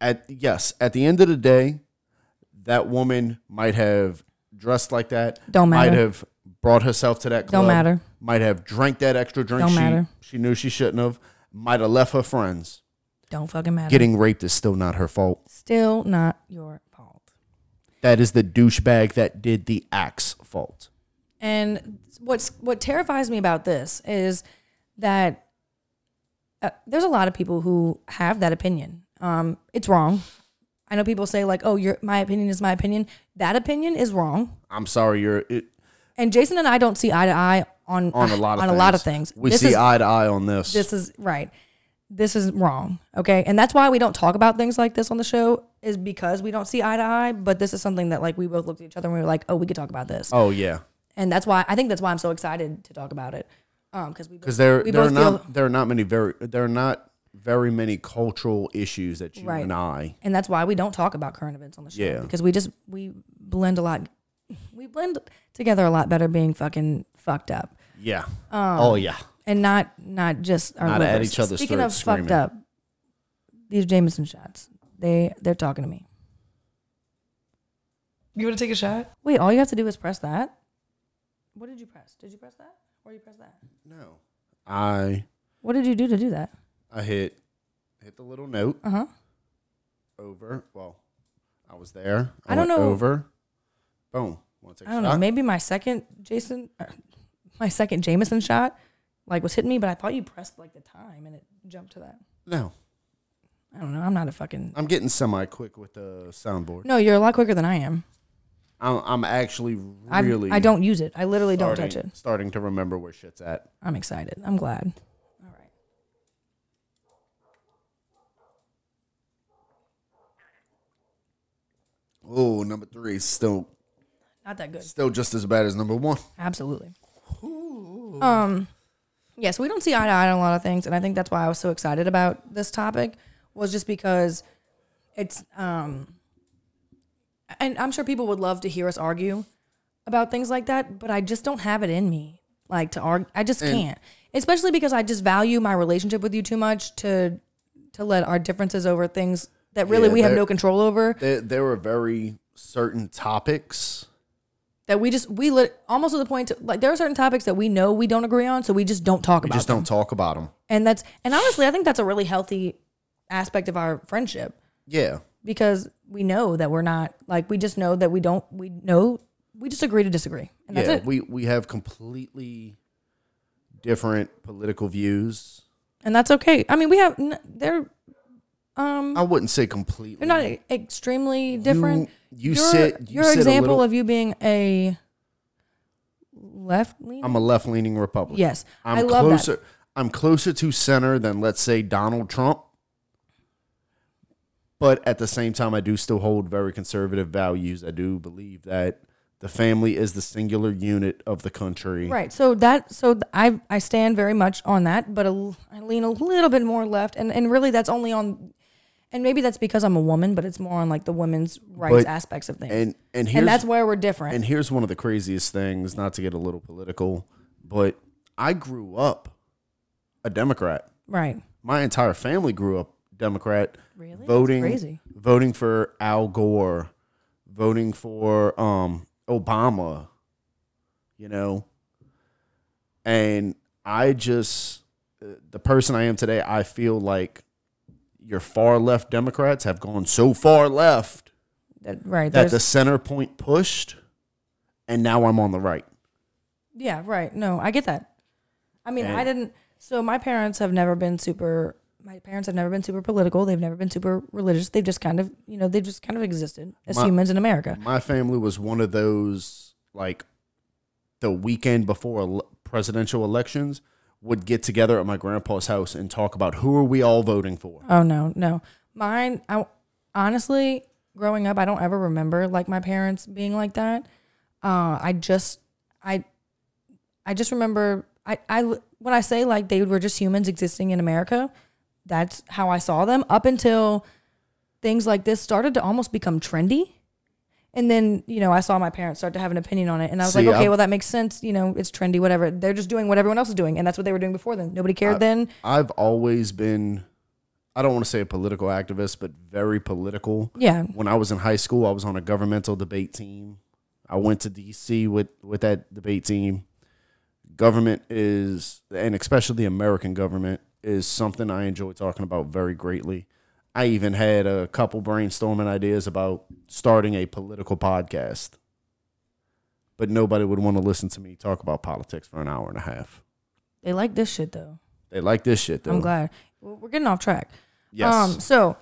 at yes at the end of the day that woman might have dressed like that Don't might matter. have brought herself to that club Don't matter. might have drank that extra drink Don't she, matter. she knew she shouldn't have might have left her friends Don't fucking matter. Getting raped is still not her fault. Still not your fault. That is the douchebag that did the act's fault. And what's what terrifies me about this is that uh, there's a lot of people who have that opinion. Um, it's wrong. I know people say like, "Oh, your my opinion is my opinion." That opinion is wrong. I'm sorry, you're it, And Jason and I don't see eye to eye on on a lot of on things. a lot of things. We This see is- eye to eye on this. this is right. This is wrong. Okay. And that's why we don't talk about things like this on the show is because we don't see eye to eye. But this is something that like we both looked at each other and we were like, oh, we could talk about this. oh yeah, And that's why I think that's why I'm so excited to talk about it. Um, because we because there We there are both not there are not many very there are not very many cultural issues that you Right. and I. and that's why we don't talk about current events on the show Yeah. because we just we blend a lot. We blend together a lot better being fucking fucked up Yeah. Um, oh yeah. and not not just our Not at livers. each other's Speaking throat of screaming. fucked up, these Jameson shots they they're talking to me. You want to take a shot? Wait, all you have to do is press that. What did you press? Did you press that? Or you press that? No. I What did you do to do that? I hit hit the little note Uh huh. over. Well, I was there. I, I don't went know. Over. Boom. Want to take I a don't shot? know. Maybe my second Jason, or my second Jameson shot, like was hitting me, but I thought you pressed like the time and it jumped to that. No. I don't know. I'm not a fucking. I'm getting semi quick with the soundboard. No, you're a lot quicker than I am. I'm, I'm actually I've- really. I don't use it. I literally don't starting, touch it. Starting to remember where shit's at. I'm excited. I'm glad. All right. Oh, number three is still Not that good. still just as bad as number one. Absolutely. Um, yeah, so we don't see eye to eye on a lot of things, and I think that's why I was so excited about this topic was just because it's um, and I'm sure people would love to hear us argue about things like that, but I just don't have it in me like to argue. I just can't, especially because I just value my relationship with you too much to to let our differences over things that really Yeah, we have there- no control over There there were very certain topics. that we just we lit almost to the point to, like there are certain topics that we know we don't agree on so we just don't talk We about just them. don't talk about them. and that's and honestly i think that's a really healthy aspect of our friendship Yeah. because we know that we're not like we just know that we don't we know we just agree to disagree and that's yeah. it We we have completely different political views. and that's okay i mean we have n- they're um I wouldn't say completely. they're not extremely different You, you your, sit. You your sit example a little, of you being a left leaning I'm a left leaning Republican. yes I'm i love closer. that I'm closer to center than let's say Donald Trump. But at the same time, I do still hold very conservative values. I do believe that the family is the singular unit of the country. Right. So that so th- I I stand very much on that, but a l- I lean a little bit more left, and and really that's only on, and maybe that's because I'm a woman, but it's more on like the women's rights But- aspects of things, And and here's and that's where we're different. And here's one of the craziest things, not to get a little political, but I grew up a Democrat. right. My entire family grew up Democrat. Really? That's Voting crazy. voting for Al Gore, voting for um Obama, you know. And I just the person I am today, I feel like your far left Democrats have gone so far left That, right. that There's, the center point pushed, and now I'm on the right. yeah. Right. No, I get that. I mean, I And- didn't. So my parents have never been super. My parents have never been super political. They've never been super religious. They've just kind of, you know, they've just kind of existed as My- humans in America. My family was one of those like the weekend before ele- presidential elections would get together at my grandpa's house and talk about who are we all voting for. Oh no, no. Mine I honestly growing up I don't ever remember like my parents being like that. Uh I just I I just remember I I when I say like they were just humans existing in America, that's how I saw them up until things like this started to almost become trendy. And then, you know, I saw my parents start to have an opinion on it. And I was See, like, okay, I'm- well, that makes sense. You know, it's trendy, whatever. They're just doing what everyone else is doing. And that's what they were doing before then. Nobody cared then. I've always been I don't want to say a political activist, but very political. Yeah. When I was in high school, I was on a governmental debate team. I went to DC with with that debate team. Government is and especially the American government is something I enjoy talking about very greatly. I even had a couple brainstorming ideas about starting a political podcast, but nobody would want to listen to me talk about politics for an hour and a half. They like this shit though. They like this shit, though. I'm glad. Well, We're getting off track. Yes. Um, so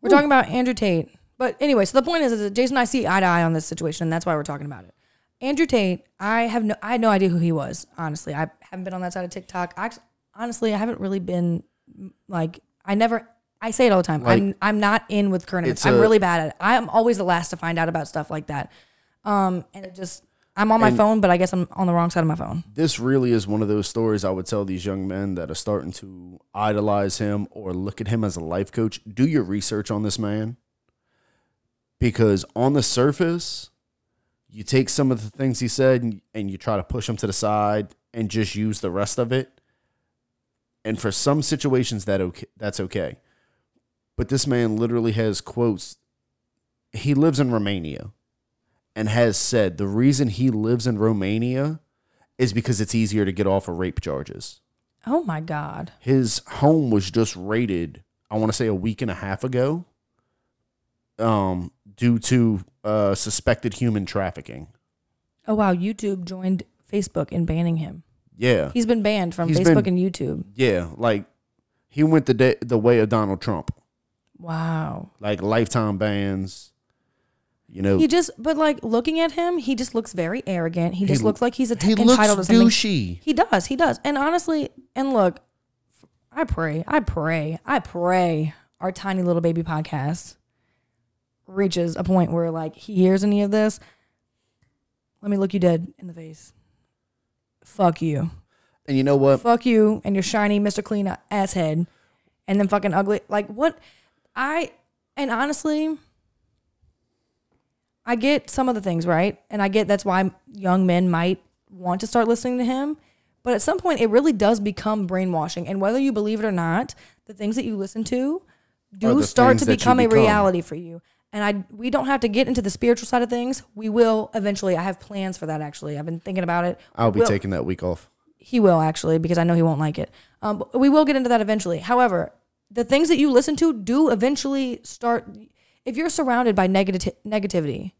we're talking about Andrew Tate. But anyway, so the point is, is that Jason and I see eye to eye on this situation, and that's why we're talking about it. Andrew Tate, I have no, I had no idea who he was. Honestly, I haven't been on that side of TikTok. I, act- honestly, I haven't really been m- like I never. I say it all the time. I'm I'm not in with current events. It's I'm a- really bad at it. I'm always the last to find out about stuff like that. Um, and it just I'm on my phone, but I guess I'm on the wrong side of my phone. this really is one of those stories I would tell these young men that are starting to idolize him or look at him as a life coach. Do your research on this man because on the surface, you take some of the things he said and, and you try to push them to the side and just use the rest of it. And for some situations, that okay, that's okay. But this man literally has quotes. He lives in Romania and has said the reason he lives in Romania is because it's easier to get off of rape charges. Oh my god. His home was just raided, I want to say a week and a half ago, um, due to uh, suspected human trafficking. Oh wow. YouTube joined Facebook in banning him. Yeah. He's been banned from He's Facebook been- and YouTube. Yeah. Like he went the, da the way of Donald Trump, Wow. like lifetime bans, you know. He just, but like looking at him, he just looks very arrogant. He just He- looks like he's a he looks entitled to something. douchey. He does. He does. And honestly, and look, I pray, I pray, I pray our tiny little baby podcast reaches a point where like he hears any of this. Let me look you dead in the face. Fuck you. And you know what? fuck you and your shiny Mr. Clean ass head and then fucking ugly. Like what I and honestly I get some of the things, right? And I get that's why young men might want to start listening to him, but at some point it really does become brainwashing and whether you believe it or not, the things that you listen to Are do the start things to that you become a become. reality for you. And I we don't have to get into the spiritual side of things. We will eventually. I have plans for that actually. I've been thinking about it. I'll be We'll- taking that week off. he will actually, because I know he won't like it. Um, but we will get into that eventually. However, the things that you listen to do eventually start. If you're surrounded by negati- negativity,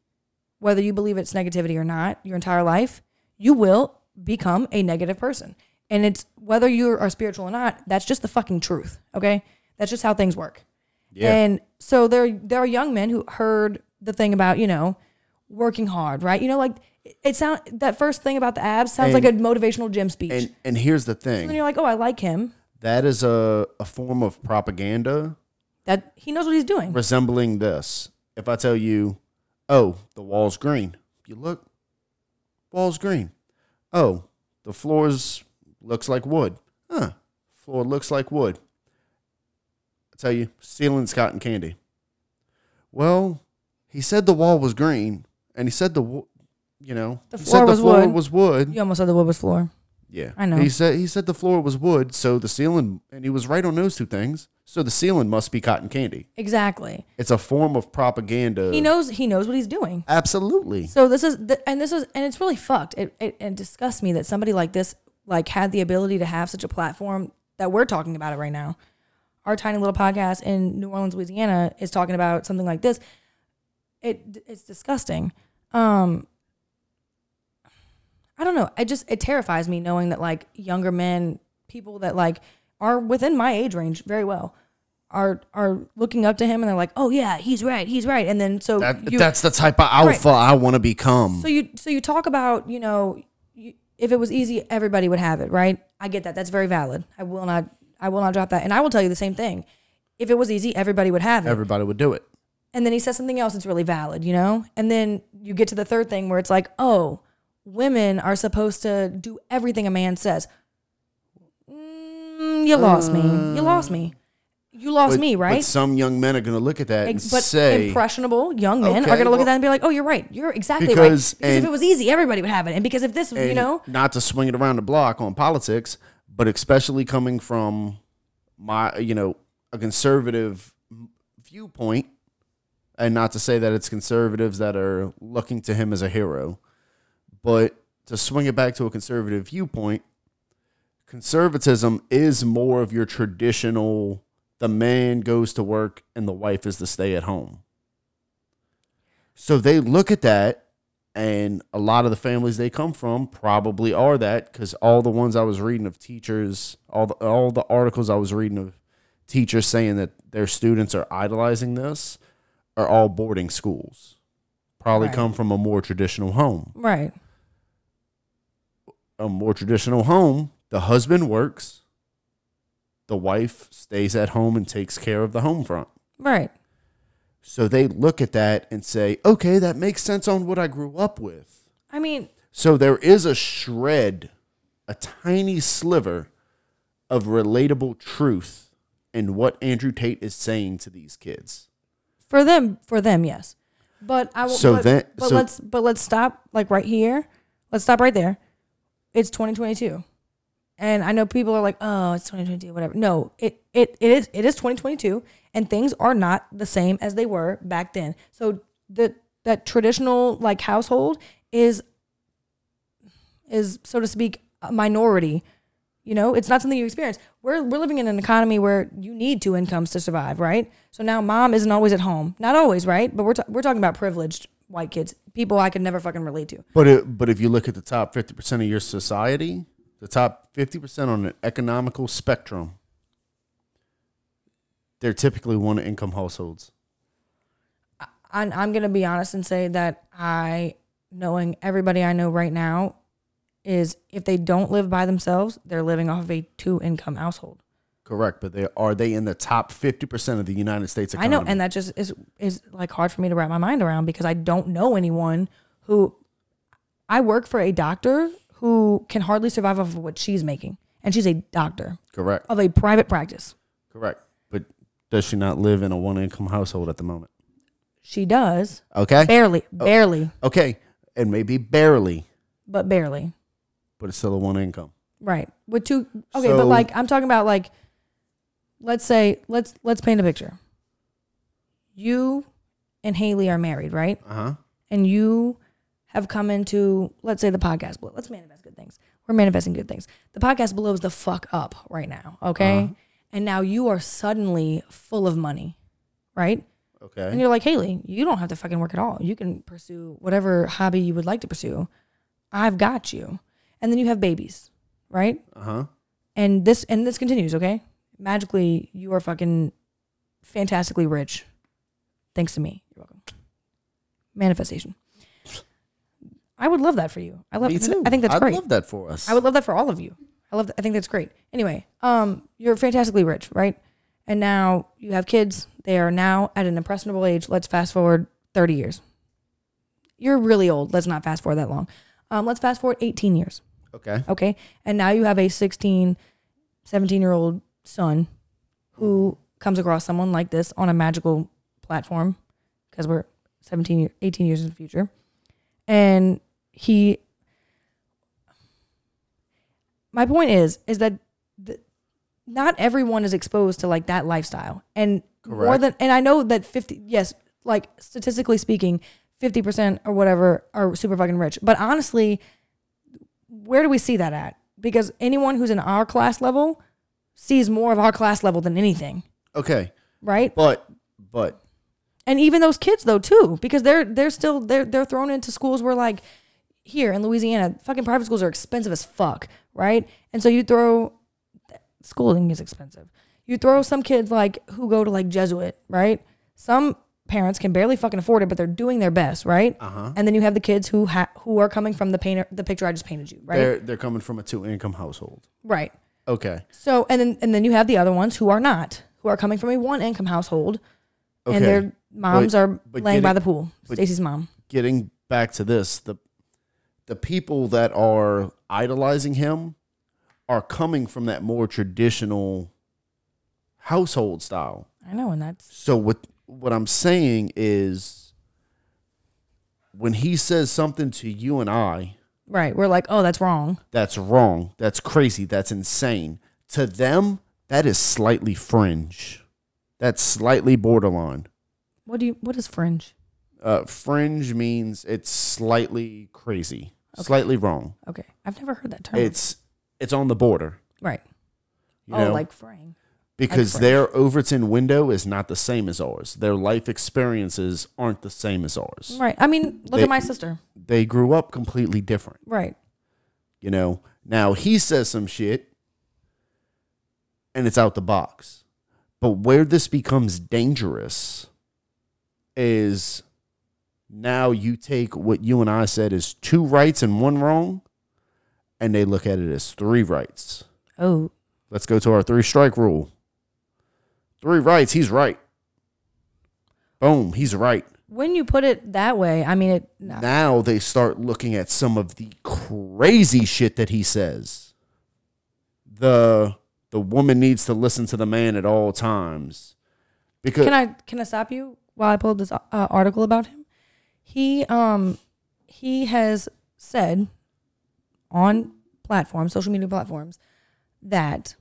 whether you believe it's negativity or not, your entire life, you will become a negative person. And it's whether you are spiritual or not. That's just the fucking truth. Okay, that's just how things work. Yeah. And so there there are young men who heard the thing about, you know, working hard, right? You know, like it- it sound that first thing about the abs sounds like a motivational gym speech. And, and and here's the then thing you're like, "Oh, I like him. that is a, a form of propaganda That he knows what he's doing." resembling this. If I tell you, oh, the wall's green, you look, wall's green. Oh, the floor's looks like wood. Huh, floor looks like wood. I tell you, ceiling's cotton candy. Well, he said the wall was green, and he said the, wo- you know, The he floor said was the floor wood. was wood. You almost said the wood was floor. Yeah, I know. He said he said the floor was wood, so the ceiling, and he was right on those two things. So the ceiling must be cotton candy. Exactly. It's a form of propaganda. He knows he knows what he's doing. Absolutely. So this is the, and this is and it's really fucked. It, it it disgusts me that somebody like this like had the ability to have such a platform that we're talking about it right now. Our tiny little podcast in New Orleans, Louisiana is talking about something like this. It it's disgusting. Um I don't know. It just it terrifies me knowing that like younger men, people that like are within my age range very well are are looking up to him and they're like, "Oh yeah, he's right. He's right." And then so That, you- that's the type of alpha I want to become. so you so you talk about you know you, if it was easy everybody would have it right i get that that's very valid i will not i will not drop that and i will tell you the same thing if it was easy everybody would have it Everybody would do it. and then he says something else that's really valid you know and then you get to the third thing where it's like oh women are supposed to do everything a man says mm, you lost me you lost me you lost me right But some young men are going to look at that and but say, impressionable young men are Okay, going to look at well- that and be like, "Oh, you're right. You're exactly Because- right." Because if and- it was easy, everybody would have it. And because if this, you and know, not to swing it around the block on politics, but especially coming from my, you know, a conservative viewpoint, and not to say that it's conservatives that are looking to him as a hero, but to swing it back to a conservative viewpoint, conservatism is more of your traditional the man goes to work and the wife is to stay at home. So they look at that and a lot of the families they come from probably are that cuz all the ones I was reading of teachers, all the, all the articles I was reading of teachers saying that their students are idolizing this are all boarding schools. Probably Right. come from a more traditional home Right. a more traditional home, the husband works, the wife stays at home and takes care of the home front. Right. So they look at that and say, okay, that makes sense on what I grew up with. I mean, So there is a shred, a tiny sliver of relatable truth in what Andrew Tate is saying to these kids. for them, for them, yes. But I will. So but, that- but so- let's but let's stop like right here. Let's stop right there. It's 2022, and I know people are like, "Oh, it's 2022, whatever." No, it it, it is it is 2022, and things are not the same as they were back then. So the that traditional like household is is so to speak a minority. You know, it's not something you experience. We're we're living in an economy where you need two incomes to survive, right? So now mom isn't always at home, not always, right? But we're ta- we're talking about privileged white kids, people I could never fucking relate to. But it, but if you look at the top 50% of your society, the top 50% on an economical spectrum, they're typically one income households. I'm, I'm gonna be honest and say that I, knowing everybody I know right now, is if they don't live by themselves, they're living off of a two income household. Correct, but they are they in the top 50% of the United States I economy? know, and that just is is like hard for me to wrap my mind around because I don't know anyone who. I work for a doctor who can hardly survive off of what she's making, and she's a doctor Correct. of a private practice. Correct. But does she not live in a one income household at the moment? She does Okay. barely, barely, Okay. And maybe barely, but barely, but it's still a one income. right? With two, okay, So- but like I'm talking about like, let's say let's let's paint a picture. You and Haley are married, right? Uh huh. and you have come into, let's say, the podcast below. Let's manifest good things. We're manifesting good things. The podcast below is the fuck up right now, okay? And now you are suddenly full of money, right? And Okay. you're like, Haley, you don't have to fucking work at all. You can pursue whatever hobby you would like to pursue. I've got you. And then you have babies, right? Uh huh. And this and this continues, okay? Magically, you are fucking fantastically rich. Thanks to me. You're welcome. Manifestation. I would love that for you. I love Me too. I think that's I'd great. love that for us. I would love that for all of you. I love. I think that's great. Anyway, um, you're fantastically rich, right? And now you have kids. They are now at an impressionable age. Let's fast forward 30 years. You're really old. Let's not fast forward that long. Um, let's fast forward 18 years. Okay. Okay. And now you have a 16, 17 year old son who comes across someone like this on a magical platform because we're 17, year- 18 years in the future. And he, my point is, is that th- not everyone is exposed to like that lifestyle. And more Correct. than, and I know that 50, yes, like statistically speaking, 50% or whatever are super fucking rich. But honestly, where do we see that at? Because anyone who's in our class level sees more of our class level than anything, Okay. right? But, but And even those kids though too, because they're they're still they're they're thrown into schools where like here in Louisiana, fucking private schools are expensive as fuck, right? And so you throw schooling is expensive. You throw some kids like who go to like Jesuit, right? Some parents can barely fucking afford it, but they're doing their best, right? Uh-huh. And then you have the kids who ha- who are coming from the painter the picture I just painted you, right? they're, they're coming from a two income household. right. Okay. So and then and then you have the other ones who are not, who are coming from a one income household, Okay. and their moms But- are but laying get by it- the pool. but- Stacy's mom, getting back to this, the the people that are idolizing him are coming from that more traditional household style. I know, and that's So what what I'm saying is when he says something to you and I right. We're like, oh, that's wrong. that's wrong, that's crazy, that's insane, to them that is slightly fringe. That's slightly borderline. What do you? What is fringe? Uh, fringe means it's slightly crazy, slightly wrong. Okay, I've never heard that term. It's it's on the border. Right. You oh, know? like frame. because Like their Overton window is not the same as ours. Their life experiences aren't the same as ours. Right. I mean, look They- at my sister. They grew up completely different, Right. you know. Now he says some shit and it's out the box. But where this becomes dangerous is now you take what you and I said is two rights and one wrong and they look at it as three rights. Oh. Let's go to our three strike rule. Three rights, he's right. Boom, he's right. When you put it that way, I mean it. No. Now they start looking at some of the crazy shit that he says. The the woman needs to listen to the man at all times. Because Can I can I stop you while I pulled this uh, article about him? He um he has said on platforms, social media platforms, that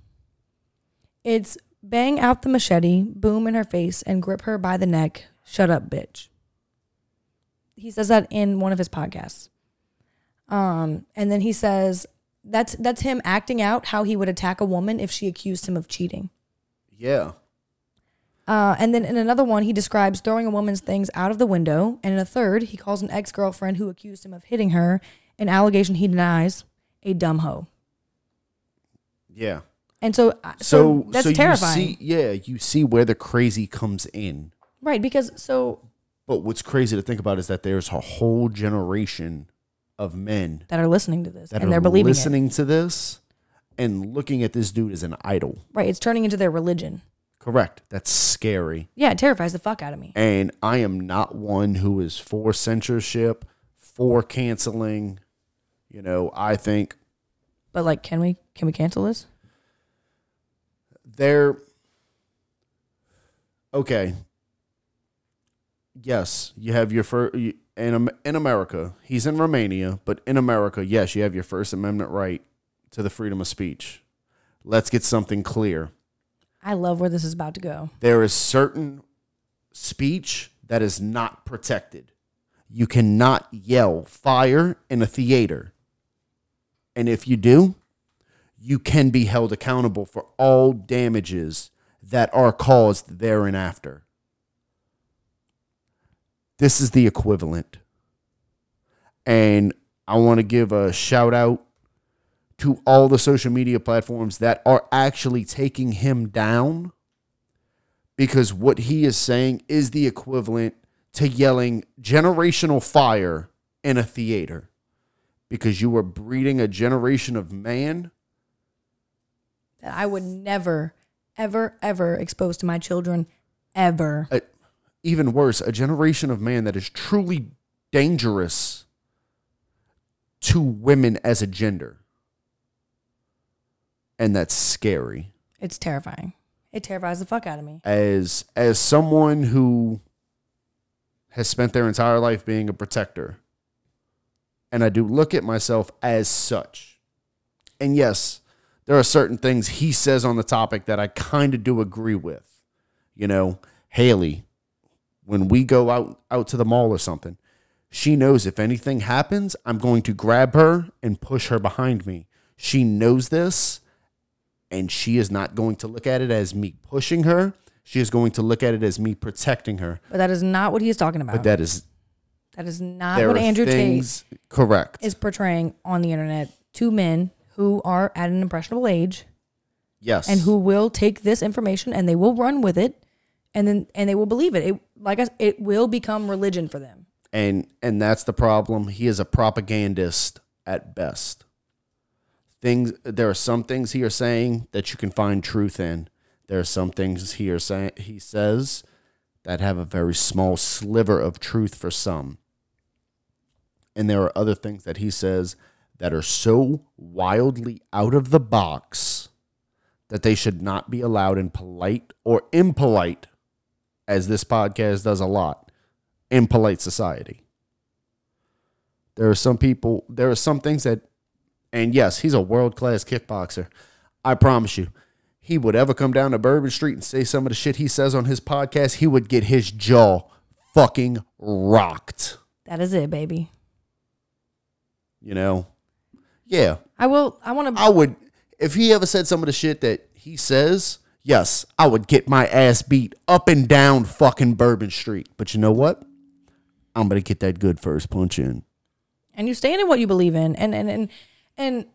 it's bang out the machete, boom in her face, and grip her by the neck. Shut up, bitch. He says that in one of his podcasts. Um, and then he says that's that's him acting out how he would attack a woman if she accused him of cheating. yeah. Uh, and then in another one, he describes throwing a woman's things out of the window. And in a third, he calls an ex girlfriend who accused him of hitting her, an allegation he denies, a dumb hoe. Yeah. And so, uh, so, So that's so terrifying. you see yeah, you see where the crazy comes in. right. Because so But what's crazy to think about is that there's a whole generation of men that are listening to this that and are they're believing listening to this and looking at this dude as an idol. it. Right. It's turning into their religion. Correct. That's scary. Yeah. It terrifies the fuck out of me. And I am not one who is for censorship, for canceling. You know, I think But like, can we, can we cancel this? they're okay. Yes, you have your first in Am- in America. He's in Romania, but in America, yes, you have your First Amendment right to the freedom of speech. Let's get something clear. I love where this is about to go. there is certain speech that is not protected. You cannot yell fire in a theater. And if you do, you can be held accountable for all damages that are caused therein after. This is the equivalent. And I want to give a shout out to all the social media platforms that are actually taking him down because what he is saying is the equivalent to yelling generational fire in a theater because you are breeding a generation of man That I would never, ever, ever expose to my children ever. a, even worse a generation of man that is truly dangerous to women as a gender and that's scary It's terrifying. It terrifies the fuck out of me. as as someone who has spent their entire life being a protector and i do look at myself as such and yes there are certain things he says on the topic that i kind of do agree with you know haley when we go out out to the mall or something she knows if anything happens i'm going to grab her and push her behind me she knows this and she is not going to look at it as me pushing her. She is going to look at it as me protecting her. But that is not what he is talking about. But that is That is not there what are Andrew things correct. Tate is portraying on the internet to men who are at an impressionable age yes, and who will take this information and they will run with it and then and they will believe it. It like I, s- it will become religion for them. and and that's the problem. He is a propagandist at best. Things there are some things he is saying that you can find truth in. There are some things he are saying he says that have a very small sliver of truth for some. And there are other things that he says that are so wildly out of the box that they should not be allowed in polite or impolite, as this podcast does a lot, impolite society. There are some people, there are some things that, and yes, he's a world class kickboxer. I promise you, he would ever come down to Bourbon Street and say some of the shit he says on his podcast, he would get his jaw fucking rocked. That is it, baby. You know? Yeah. I will I want to I would if he ever said some of the shit that he says, yes, I would get my ass beat up and down fucking Bourbon Street. But you know what? I'm gonna get that good first punch in. and you stand in what you believe in and and and and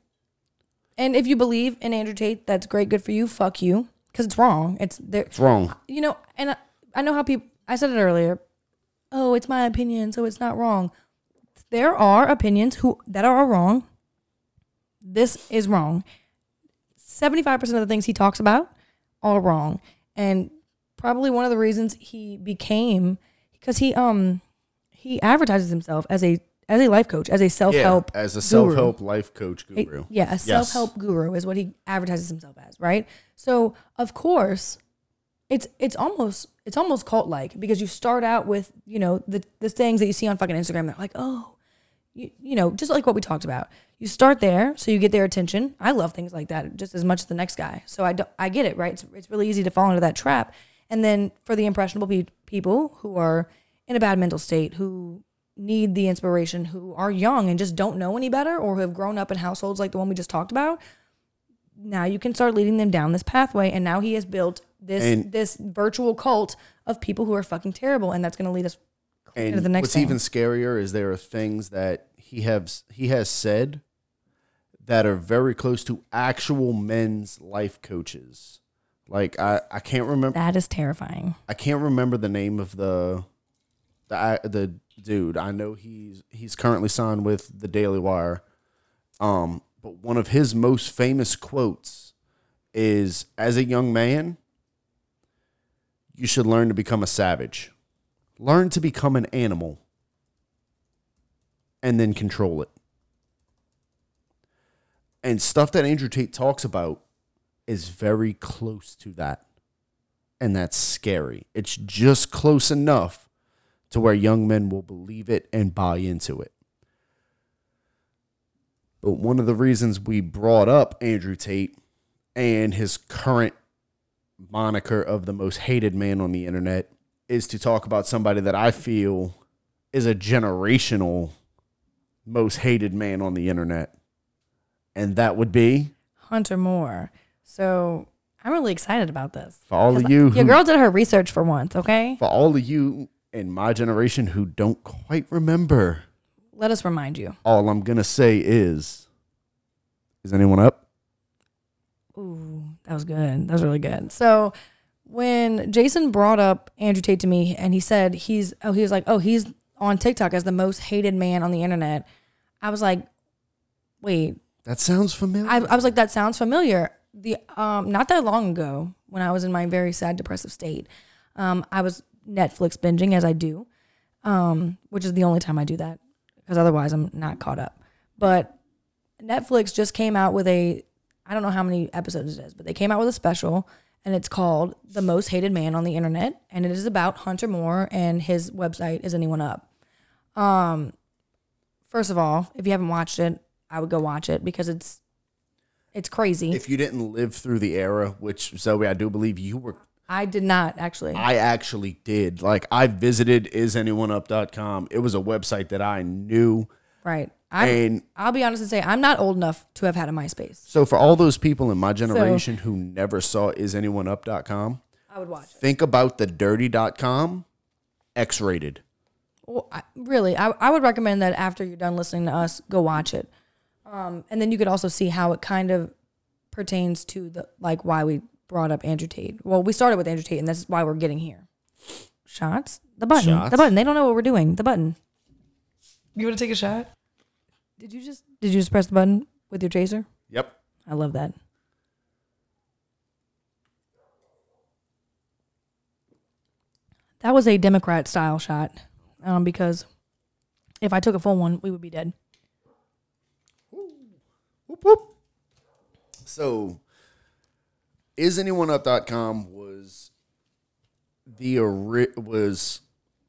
and if you believe in Andrew Tate, that's great, good for you. Fuck you, because it's wrong. It's there, It's wrong. you know. And I, I know how people. I said it earlier. Oh, it's my opinion, so it's not wrong. There are opinions who that are wrong. This is wrong. Seventy-five percent of the things he talks about are wrong, and probably one of the reasons he became because he um he advertises himself as a as a life coach, as a self-help as a guru. self help life coach A- guru. yeah, a self help guru is what he advertises himself as, right? So of course, it's it's almost it's almost cult like because you start out with you know the the things that you see on fucking Instagram that are like oh, you, you know just like what we talked about. You start there, so you get their attention. I love things like that just as much as the next guy. So I do, I get it, right? It's, it's really easy to fall into that trap. And then for the impressionable pe- people who are in a bad mental state, who need the inspiration who are young and just don't know any better or who have grown up in households like the one we just talked about now you can start leading them down this pathway and now he has built this And- this virtual cult of people who are fucking terrible and that's going to lead us And to the next what's thing. even scarier is there are things that he has he has said that are very close to actual men's life coaches. Like I, I can't remember that is terrifying I can't remember the name of the the I- the dude. I know he's he's currently signed with the Daily Wire. Um, but one of his most famous quotes is as a young man, you should learn to become a savage. Learn to become an animal and then control it. And stuff that Andrew Tate talks about is very close to that and that's scary. It's just close enough to where young men will believe it and buy into it. But one of the reasons we brought up Andrew Tate and his current moniker of the most hated man on the internet is to talk about somebody that I feel is a generational most hated man on the internet. And that would be hunter moore so i'm really excited about this for all of you your who girl did her research for once okay for all of you in my generation who don't quite remember, let us remind you all I'm gonna say is, is anyone up? Ooh, that was good. That was really good. So when Jason brought up Andrew Tate to me and he said he's oh he was like, Oh, he's on TikTok as the most hated man on the internet, I was like, Wait, That sounds familiar. I, I was like, that sounds familiar. The um, not that long ago, when I was in my very sad, depressive state, um, I was Netflix binging as I do, um, which is the only time I do that because otherwise I'm not caught up. But Netflix just came out with a, I don't know how many episodes it is, but they came out with a special, and it's called "The Most Hated Man on the Internet," and it is about Hunter Moore and his website. Is anyone up? Um, first of all, if you haven't watched it, I would go watch it because it's it's crazy. if you didn't live through the era, which Zoe, I do believe you were, I did not actually. I actually did. Like I visited isanyoneeup.com. It was a website that I knew, right. I and I'll be honest and say I'm not old enough to have had a MySpace. so for all those people in my generation who never saw isanyoneeup.com, I would watch it. think about the dirty.com, X-rated. Well, I, really, I, I would recommend that after you're done listening to us, go watch it. Um, and then you could also see how it kind of pertains to the like why we brought up Andrew Tate. Well, we started with Andrew Tate, and that's why we're getting here. Shots, the button, Shots? the button. They don't know what we're doing. The button. You want to take a shot? Did you just did you just press the button with your chaser? Yep. I love that. That was a Democrat style shot um, because if I took a full one, we would be dead. Whoop, whoop. So, isanyoneeup.com was the ori- was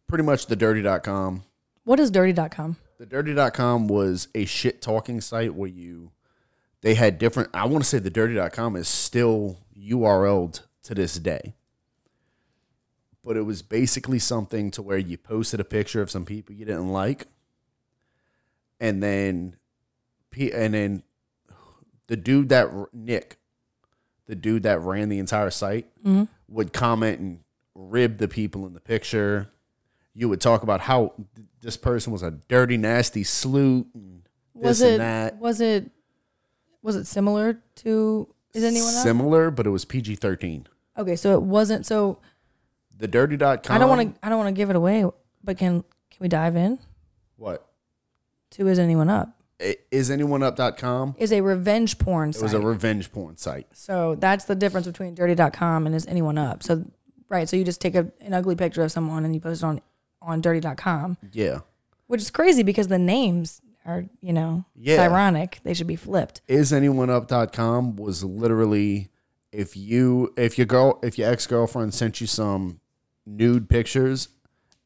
pretty much the dirty.com. What is dirty.com? The dirty.com was a shit talking site where you they had different I want to say the dirty.com is still URL'd to this day. But it was basically something to where you posted a picture of some people you didn't like and then P and then the dude that r- Nick, the dude that ran the entire site, Mm-hmm. would comment and rib the people in the picture. You would talk about how th- this person was a dirty, nasty sleut and Was this it and that. was it was it similar to is anyone else? Similar, but it was PG thirteen. Okay, so it wasn't so The dirty.com. I don't want to I don't want to give it away, but can can we dive in What? to is anyone up? I- Is anyone up.com? Is a revenge porn It site. was a revenge porn site. so that's the difference between dirty.com and is anyone up. So right, so you just take a, an ugly picture of someone and you post it on on dirty.com, Yeah. which is crazy because the names are, you know, it's Yeah. ironic. They should be flipped. isanyoneup.com was literally if you if your girl if your ex-girlfriend sent you some nude pictures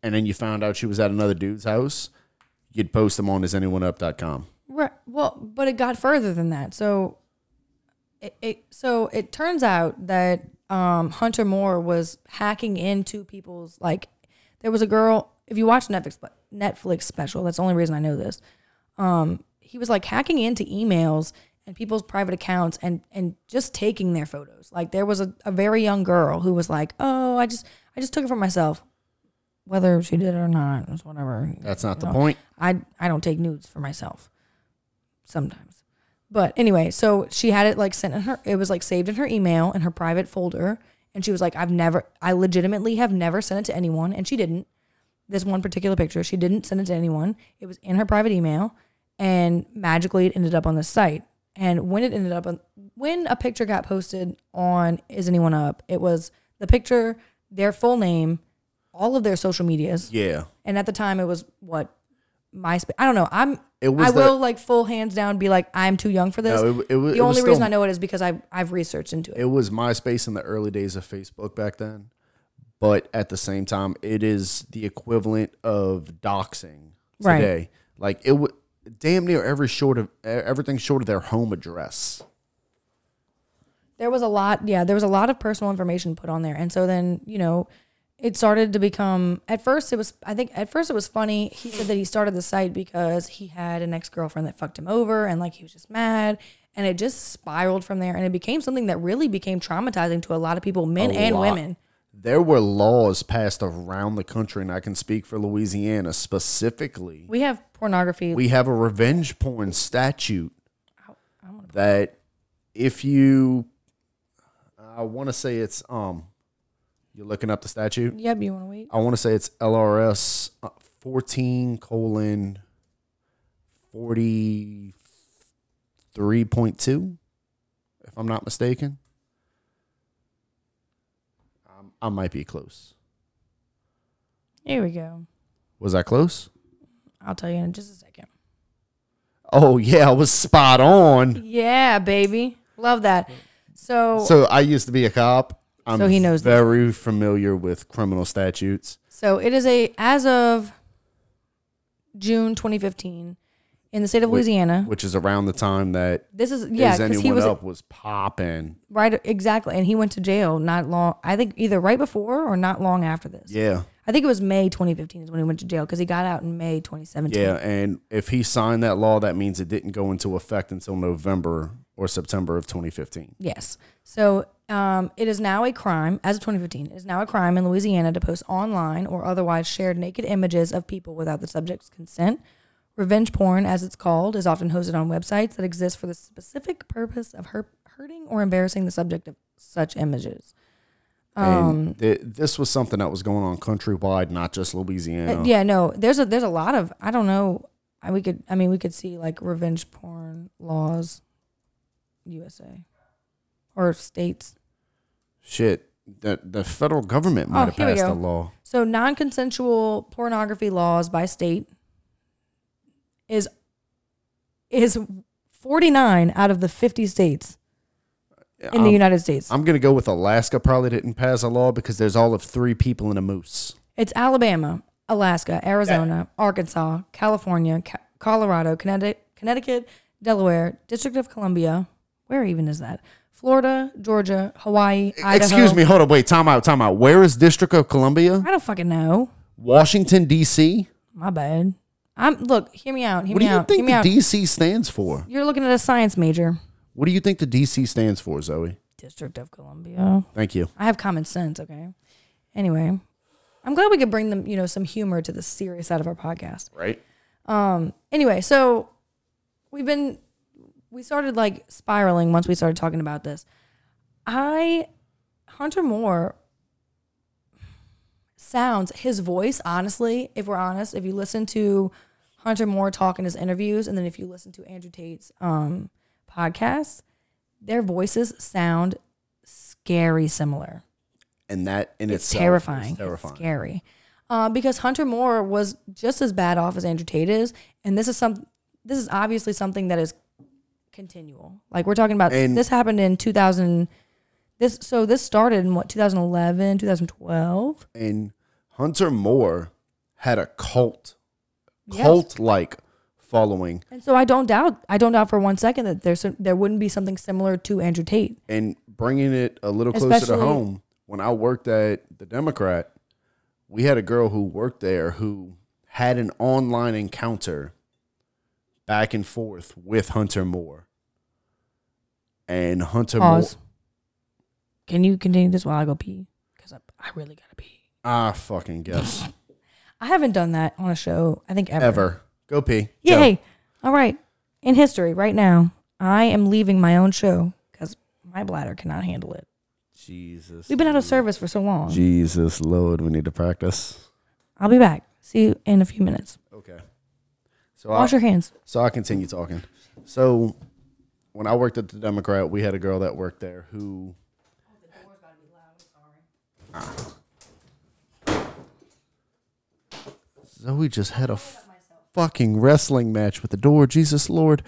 and then you found out she was at another dude's house you'd post them on isanyoneup.com Right. Well, but it got further than that. So it, it so it turns out that um, Hunter Moore was hacking into people's like there was a girl if you watch Netflix Netflix special that's the only reason I know this. Um, he was like hacking into emails and people's private accounts and and just taking their photos. Like there was a, a very young girl who was like, "Oh, I just I just took it for myself." Whether she did or not, it's whatever. that's not the No. point I I don't take nudes for myself sometimes. But anyway, so she had it like sent in her it was like saved in her email in her private folder and she was like I've never I legitimately have never sent it to anyone and she didn't. This one particular picture, she didn't send it to anyone. It was in her private email and magically it ended up on the site. And when it ended up on when a picture got posted on Is Anyone Up, it was the picture, their full name, all of their social medias. yeah And at the time, it was what MySpace. I don't know. I'm. It was I the- will like full hands down be like I'm too young for this. No, it- it wa- the it was only reason still- I know it is because I've I've researched into it. it was myspace in the early days of facebook back then but at the same time it is the equivalent of doxing Right. today like it would damn near every short of e- everything short of their home address There was a lot. Yeah, there was a lot of personal information put on there, and so then you know, it started to become. At first, it was. I think at first it was funny. He said that he started the site because he had an ex girlfriend that fucked him over, and like he was just mad. And it just spiraled from there, and it became something that really became traumatizing to a lot of people, men A and lot. women. there were laws passed around the country, and I can speak for Louisiana specifically. We have pornography. We have a revenge porn statute that if you, I want to say it's um, you're looking up the statute. yep, you want to wait? I want to say it's LRS uh, fourteen colon forty three point two, if I'm not mistaken. Um, I might be close. Here we go. Was I close? I'll tell you in just a second. Oh yeah, I was spot on. Yeah, baby. Love that. So so, So I used to be a cop. I'm Oh. So he knows this. very familiar with criminal statutes. it is a as of June 2015 in the state of Wait, Louisiana. which is around the time that this is yeah, yeah, is cuz anyone he was up was popping. right exactly and he went to jail not long I think either right before or not long after this. Yeah, I think it was May 2015 is when he went to jail cuz he got out in May 2017. yeah. And if he signed that law, that means it didn't go into effect until November or September of 2015. Yes. So um, it is now a crime, as of 2015, it is now a crime in Louisiana to post online or otherwise share naked images of people without the subject's consent. Revenge porn, as it's called, is often hosted on websites that exist for the specific purpose of hur- hurting or embarrassing the subject of such images. Um, and th- this was something that was going on countrywide, not just Louisiana. Uh, yeah, no, there's a there's a lot of I don't know. I, we could I mean we could see like revenge porn laws, USA, or states. Shit, the the federal government might Oh, have here we passed go. a law. So non-consensual pornography laws by state is is 49 out of the 50 states in the I'm- United States. I'm gonna go with Alaska. Probably didn't pass a law because there's all of three people in a moose. it's Alabama, Alaska, Arizona, Arkansas, California, Ca- Colorado, Connecticut, Connecticut, Delaware, District of Columbia. Where even is that? Florida, Georgia, Hawaii, Idaho. E-, Excuse me, hold up, wait, time out, time out. Where is District of Columbia? I don't fucking know. Washington D.C. My bad. I'm look. Hear me out. Hear What me do you out. hear think me the out. D.C. stands for? You're looking at a science major. What do you think the DC stands for, Zoe? District of Columbia. Thank you. I have common sense, okay? Anyway, I'm glad we could bring them, you know, some humor to the serious side of our podcast. Right. Um, anyway, so we've been we started like spiraling once we started talking about this. I Hunter Moore sounds his voice, honestly, if we're honest, if you listen to Hunter Moore talk in his interviews and then if you listen to Andrew Tate's um podcast, their voices sound scary similar And that in it's itself is terrifying. It's terrifying. scary. Uh, because Hunter Moore was just as bad off as Andrew Tate is, and this is some. This is obviously something that is continual. Like we're talking about. And- this happened in 2000. This so this started in what 2011, 2012. and Hunter Moore had a cult, Yes. cult like following. And so I don't doubt. I don't doubt for one second that there's some- there wouldn't be something similar to Andrew Tate. And bringing it a little closer Especially- to home, when I worked at the Democrat, we had a girl who worked there who had an online encounter back and forth with Hunter Moore. And Hunter Pause. Moore. Can you continue this while I go pee? Because I, I really gotta pee. I fucking guess. I haven't done that on a show. I think Ever. Go pee. Go. Yay. All right. In history, right now, I am leaving my own show because my bladder cannot handle it. Jesus. We've been out of service for so long. Jesus, Lord, we need to practice. I'll be back. See you in a few minutes. Okay. So I, Wash your hands. So I'll continue talking. So when I worked at the Democrat, we had a girl that worked there who. Zoe just had a fucking wrestling match with the door. Jesus Lord.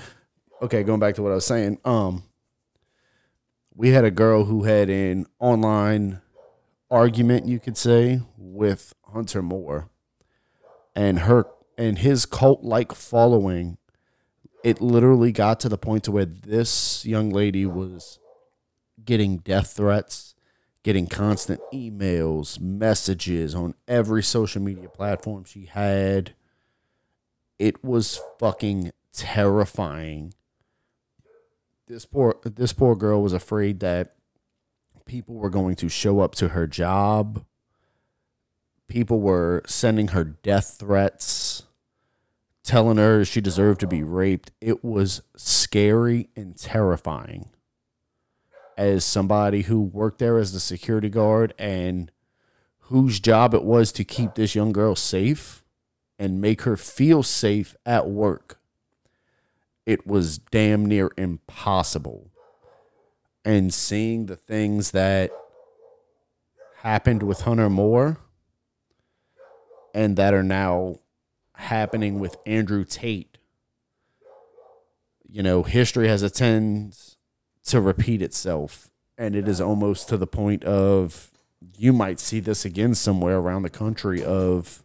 Okay, going back to what I was saying. Um, we had a girl who had an online argument, you could say, with Hunter Moore and her and his cult like following, it literally got to the point to where this young lady was getting death threats, getting constant emails, messages on every social media platform she had. It was fucking terrifying. This poor this poor girl was afraid that people were going to show up to her job people were sending her death threats, telling her she deserved to be raped. It was scary and terrifying. As somebody who worked there as the security guard and whose job it was to keep this young girl safe and make her feel safe at work, it was damn near impossible. And seeing the things that happened with Hunter Moore and that are now happening with Andrew Tate. You know, history has a tends to repeat itself, and it is almost to the point of you might see this again somewhere around the country of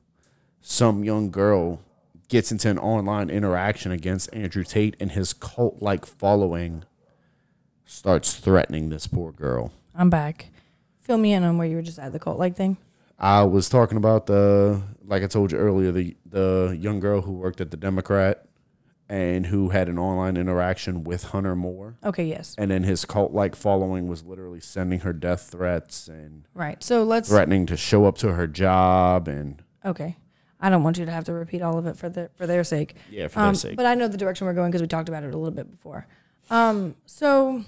some young girl gets into an online interaction against Andrew Tate and his cult like following starts threatening this poor girl. I'm back. Fill me in on where you were just at the cult like thing. I was talking about the like I told you earlier the the young girl who worked at the Democrat and who had an online interaction with Hunter Moore Okay, yes. and then his cult like following was literally sending her death threats and Right. So let's. threatening to show up to her job and Okay. I don't want you to have to repeat all of it for the for their sake. yeah for Um, But I know the direction we're going because we talked about it a little bit before. Um, so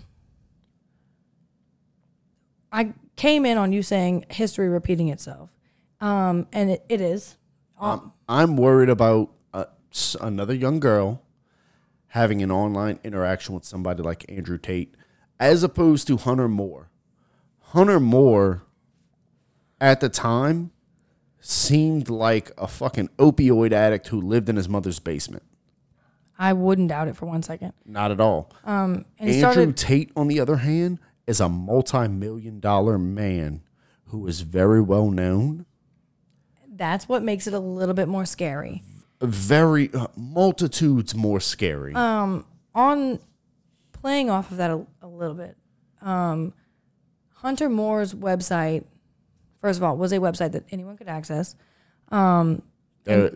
I came in on you saying history repeating itself, um, and it, it is. I'm, I'm worried about uh, s- another young girl having an online interaction with somebody like Andrew Tate, as opposed to Hunter Moore. Hunter Moore, at the time, seemed like a fucking opioid addict who lived in his mother's basement. I wouldn't doubt it for one second. Not at all. Um, And he Andrew started. Tate, on the other hand, is a multi-million dollar man who is very well known. That's what makes it a little bit more scary. Very uh, multitudes more scary. Um, on playing off of that a, a little bit, um, Hunter Moore's website, first of all, was a website that anyone could access. There, and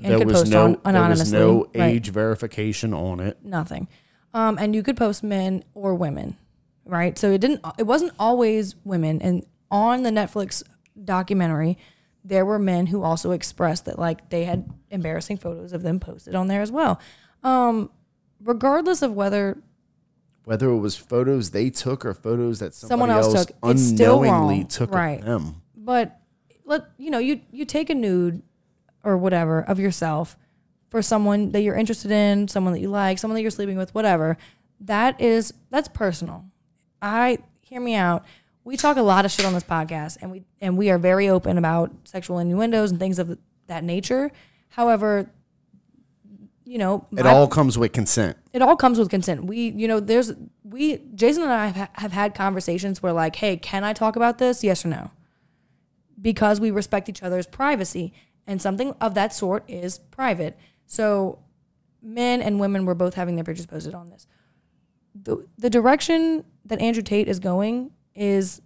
there could was post no on- there was no anonymously, right. age verification on it. Nothing. um, and you could post men or women, right? So it didn't. It wasn't always women, and on the Netflix documentary, there were men who also expressed that like they had embarrassing photos of them posted on there as well. Um, regardless of whether Whether it was photos they took or photos that somebody Someone else took, it's still unknowingly wrong. took Right. of them. but let you know you you take a nude or whatever of yourself for someone that you're interested in someone that you like someone that you're sleeping with whatever that is that's personal i hear me out we talk a lot of shit on this podcast and we and we are very open about sexual innuendos and things of that nature however you know It my- all comes with consent. it all comes with consent. We, you know, there's we Jason and I have, have had conversations where like, hey, can I talk about this? Yes or no? Because we respect each other's privacy, and something of that sort is private. So, men and women were both having their pictures posted on this. the The direction that Andrew Tate is going is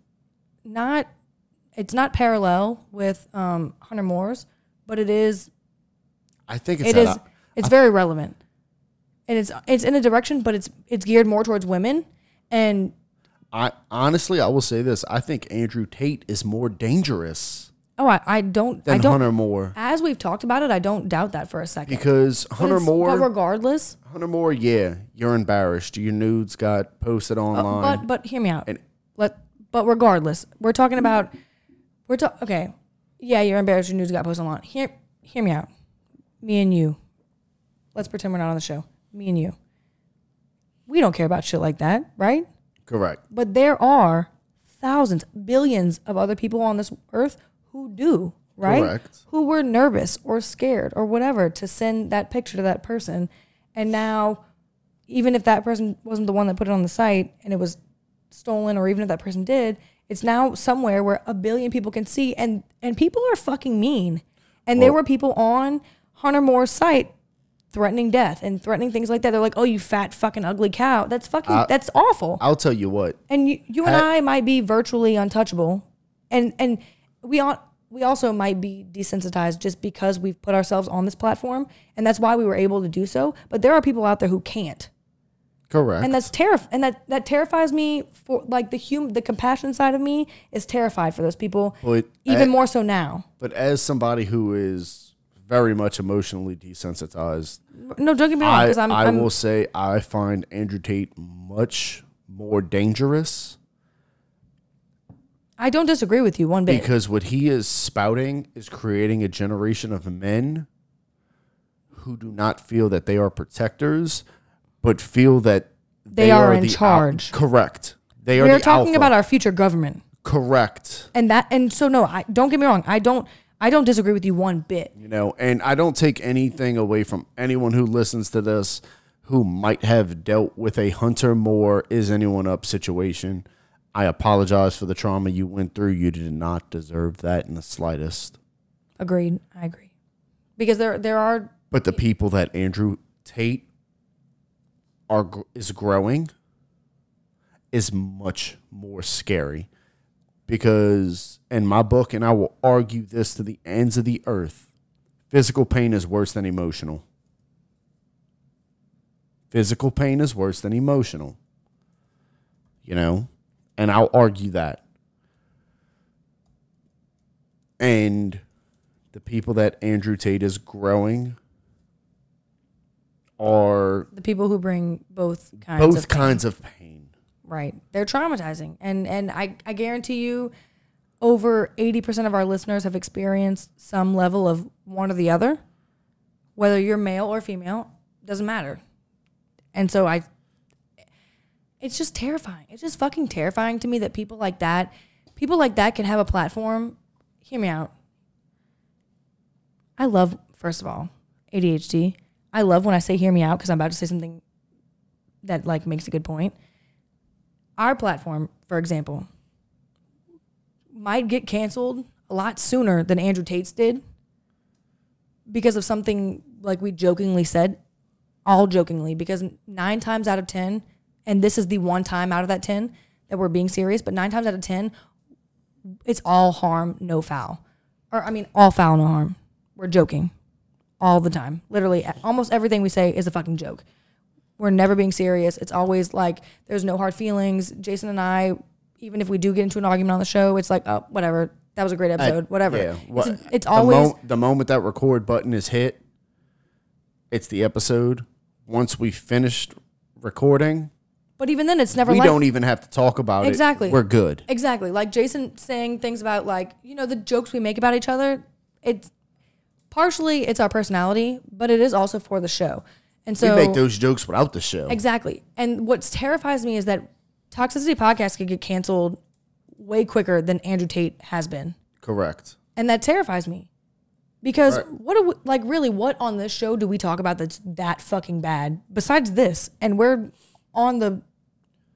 not it's not parallel with um, Hunter Moore's, but it is I think it's it that is it's very relevant and it's it's in a direction but it's it's geared more towards women and I honestly, I will say this: I think Andrew Tate is more dangerous oh i, I don't i than don't Hunter Moore as we've talked about it i don't doubt that for a second because Hunter It's- but Moore, regardless Hunter Moore, yeah, you're embarrassed. Your nudes got posted online. Uh, but but hear me out And- let but regardless we're talking about we're talking okay yeah you're embarrassed your news got posted online hear hear me out me and you let's pretend we're not on the show me and you we don't care about shit like that right Correct. But there are thousands, billions of other people on this earth who do, right? Correct. Who were nervous or scared or whatever to send that picture to that person. And now, even if that person wasn't the one that put it on the site and it was stolen, or even if that person did, it's now somewhere where a billion people can see. And, and people are fucking mean. And there were people on Hunter Moore's site threatening death and threatening things like that. They're like, oh, you fat fucking ugly cow. That's fucking, that's awful I'll tell you what. and you, you and I- I might be virtually untouchable, and and we on we also might be desensitized just because we've put ourselves on this platform, and that's why we were able to do so. But there are people out there who can't, Correct. and that's terrif- and that that terrifies me for like the hum the compassion side of me is terrified for those people, But even I- more so now. but as somebody who is very much emotionally desensitized, No, don't get me wrong, I, because I'm, I I'm will say I find Andrew Tate much more dangerous I don't disagree with you one bit. because what he is spouting is creating a generation of men who do not feel that they are protectors, but feel that They are in the al- charge. correct. They are we are the talking alpha. about our future government. correct. and that and so no i don't get me wrong i don't i don't disagree with you one bit You know, and I don't take anything away from anyone who listens to this who might have dealt with a Hunter Moore is anyone up situation. I apologize for the trauma you went through. You did not deserve that in the slightest. agreed i agree because there there are But the people that Andrew Tate are gr- is growing is much more scary because in my book and I will argue this to the ends of the earth physical pain is worse than emotional physical pain is worse than emotional you know and I'll argue that and the people that Andrew Tate is growing are the people who bring both kinds both of pain, kinds of pain. right they're traumatizing and and i i guarantee you over 80% of our listeners have experienced some level of one or the other whether you're male or female doesn't matter and so i it's just terrifying it's just fucking terrifying to me that people like that people like that can have a platform hear me out i love first of all adhd i love when i say hear me out because i'm about to say something that like makes a good point our platform for example might get canceled a lot sooner than andrew tate's did because of something like we jokingly said, all jokingly, because nine times out of 10, and this is the one time out of that 10 that we're being serious, but nine times out of 10, it's all harm, no foul. Or, I mean, all foul, no harm. We're joking all the time. Literally, almost everything we say is a fucking joke. We're never being serious. It's always like there's no hard feelings. Jason and I, even if we do get into an argument on the show, it's like, oh, whatever. That was a great episode. whatever. Yeah. What- it's, it's the always mo- the moment that record button is hit, it's the episode. Once we finished recording, But even then, it's never we like don't even have to talk about it. Exactly. We're good. exactly like Jason saying things about like you know the jokes we make about each other. It's partially it's our personality, but it is also for the show. And so we make those jokes without the show. exactly. And what terrifies me is that Toxicity podcast could get canceled way quicker than Andrew Tate has been, Correct. and that terrifies me because Right. what do we, like really what on this show do we talk about that's that fucking bad besides this? And we're on the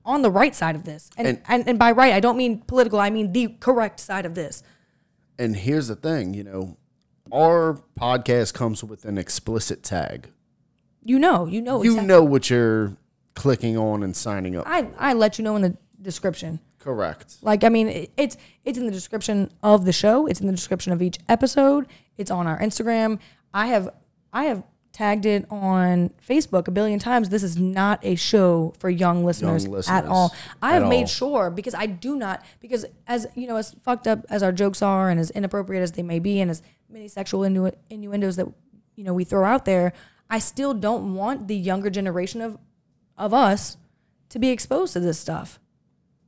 on the right side of this. And And- and, and, by right, I don't mean political, I mean the correct side of this. And here's the thing, you know, our podcast comes with an explicit tag. You know, you know You Oh, exactly. know what you're clicking on and signing up. I, I let you know in the description. Correct. Like I mean, it, it's it's in the description of the show. It's in the description of each episode. It's on our Instagram. I have I have tagged it on Facebook a billion times. This is not a show for young listeners, listeners, at all. I at have made all. sure because I do not because as you know as fucked up as our jokes are and as inappropriate as they may be and as many sexual innu- innuendos that you know we throw out there, I still don't want the younger generation of of us to be exposed to this stuff.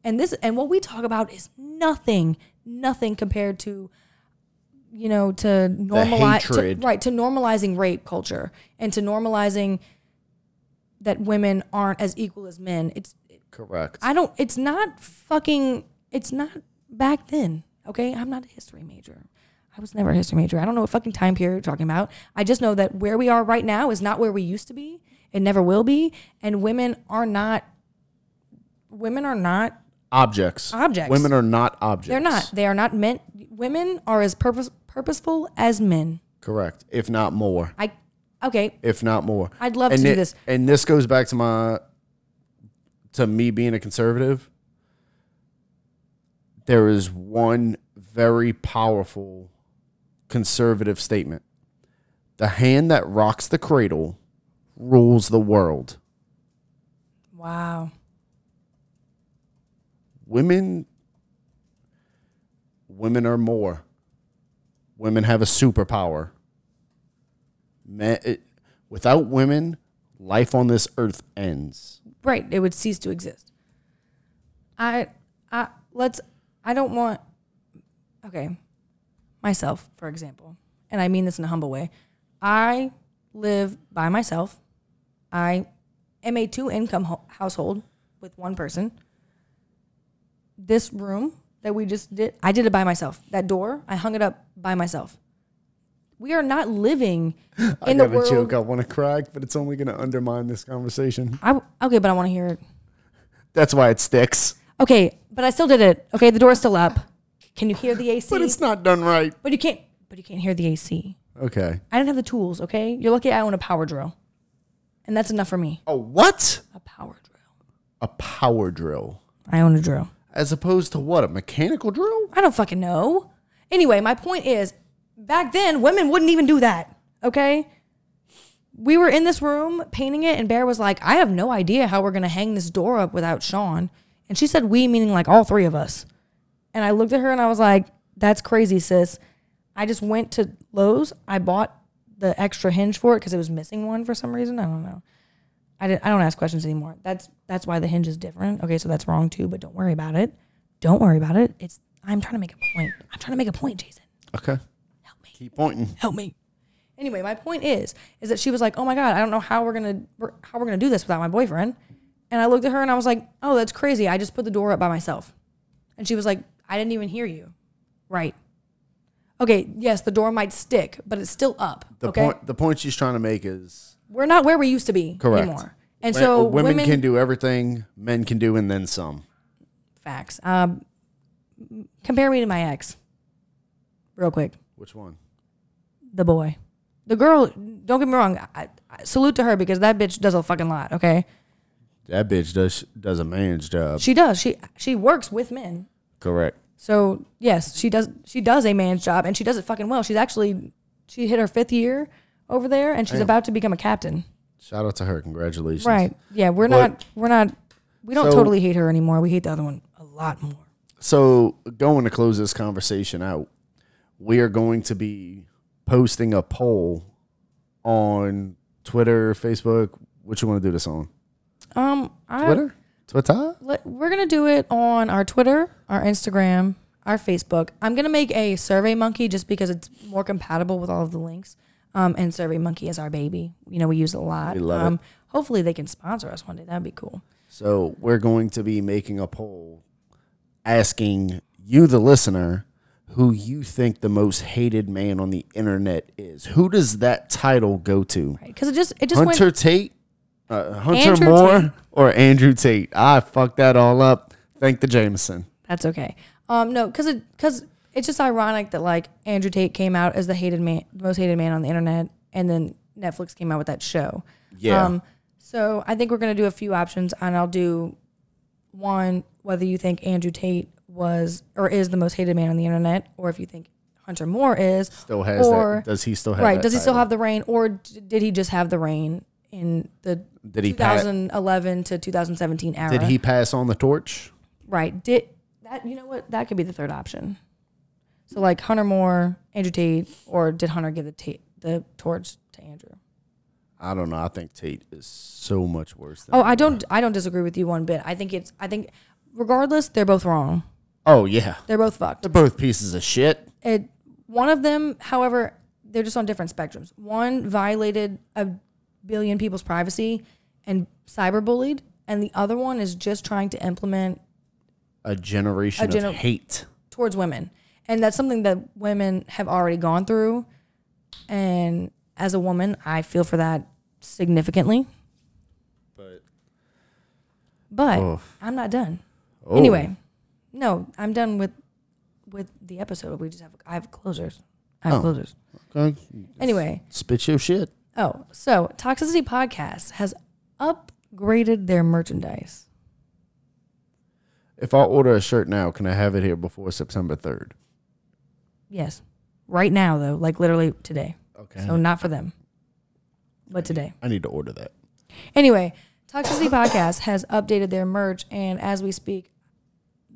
And this and what we talk about is nothing, nothing compared to you know to normalize hatred. right to normalizing rape culture and to normalizing that women aren't as equal as men. It's Correct. I don't it's not fucking it's not back then. Okay? I'm not a history major. I was never a history major. I don't know what fucking time period you're talking about. I just know that where we are right now is not where we used to be. It never will be. And women are not women are not objects. Objects. Women are not objects. they're not. They are not meant women are as purpose purposeful as men. Correct. If not more. I okay, If not more. I'd love and to do it- this. And this goes back to my to me being a conservative. There is one very powerful conservative statement. The hand that rocks the cradle rules the world. Wow. Women women are more. Women have a superpower. Men, it, without women, life on this earth ends. Right. It would cease to exist. I I let's I don't want okay. Myself, for example, and I mean this in a humble way. I live by myself. I am a two income ho- household with one person. This room that we just did, I did it by myself. That door, I hung it up by myself. We are not living in I the got world. a joke I want to crack, but it's only going to undermine this conversation. I, okay, but I want to hear it. That's why it sticks. Okay, but I still did it. Okay, the door's still up. Can you hear the AC? But it's not done right. But you can't. But you can't hear the AC. Okay. I do not have the tools. Okay, you're lucky I own a power drill, and that's enough for me. A what? A power drill. A power drill. I own a drill. As opposed to what? A mechanical drill? I don't fucking know. Anyway, my point is, back then women wouldn't even do that. Okay. We were in this room painting it, and Bear was like, "I have no idea how we're gonna hang this door up without Sean." And she said, "We," meaning like all three of us. And I looked at her and I was like, "That's crazy, sis." I just went to Lowe's. I bought the extra hinge for it because it was missing one for some reason. I don't know. I, didn't, I don't ask questions anymore. That's that's why the hinge is different. Okay, so that's wrong too. But don't worry about it. Don't worry about it. It's I'm trying to make a point. I'm trying to make a point, Jason. Okay. Help me. Keep pointing. Help me. Anyway, my point is is that she was like, "Oh my god, I don't know how we're gonna we're- how we're gonna do this without my boyfriend." And I looked at her and I was like, "Oh, that's crazy. I just put the door up by myself." And she was like, "I didn't even hear you." Right. Okay. Yes, the door might stick, but it's still up. The okay. point the point she's trying to make is We're not where we used to be Correct. anymore. And wo- so women, women can do everything men can do and then some. Facts. Um, m- compare me to my ex, real quick. Which one? The boy, the girl. Don't get me wrong. I, I, salute to her because that bitch does a fucking lot. Okay, That bitch does does a man's job. she does. She she works with men. Correct. So yes, she does. She does a man's job, and she does it fucking well. She's actually she hit her fifth year over there, and she's about to become a captain. Shout out to her. Congratulations. Right. Yeah, we're But- not we're not we don't So- totally hate her anymore. We hate the other one a lot more. So, going to close this conversation out, we are going to be posting a poll on Twitter, Facebook. What you want to do this on? Um I Twitter? Twitter? let- we're gonna do it on our Twitter, our Instagram, our Facebook. I'm gonna make a Survey Monkey just because it's more compatible with all of the links. Um, and Survey Monkey is our baby. You know, we use it a lot. We love it. um, Hopefully, they can sponsor us one day. That'd be cool. So we're going to be making a poll asking you, the listener, who you think the most hated man on the internet is. Who does that title go to? Right? Because it just it just Hunter went Tate, uh, Hunter Andrew Moore, Tate. or Andrew Tate? I fucked that all up. Thank the Jameson. that's okay. Um, no, because it because it's just ironic that like Andrew Tate came out as the hated man, the most hated man on the internet, and then Netflix came out with that show. Yeah. Um, so I think we're gonna do a few options, and I'll do one whether you think Andrew Tate was or is the most hated man on the internet, or if you think Hunter Moore is, Still has or- that. Does he still have right? that Does he still title? have the reign, or d- did he just have the reign in the Did he pass? 2011 to 2017 era? Did he pass on the torch? Right. Did that you know what? That could be the third option. So like Hunter Moore, Andrew Tate, or did Hunter give the Tate the torch to Andrew? I don't know. I think Tate is so much worse than. Oh, I don't I don't disagree with you one bit. I think it's I think regardless, they're both wrong. oh yeah, They're both fucked. they're both pieces of shit. It one of them, however, they're just on different spectrums. One violated a billion people's privacy and cyberbullied, and the other one is just trying to implement A generation gener- of hate. towards women. And that's something that women have already gone through. And as a woman, I feel for that significantly. But But Oof. Oh. I'm not done. Anyway, no, I'm done with with the episode. We just have I have closers. I have closers. Okay. Anyway, Spit your shit. oh, so Toxicity Podcast has upgraded their merchandise. If I order a shirt now, can I have it here before September 3rd? Yes. Right now though, like literally today. Okay. So not for them. But today. I need to order that. Anyway, Toxicity Podcast has updated their merch, and as we speak,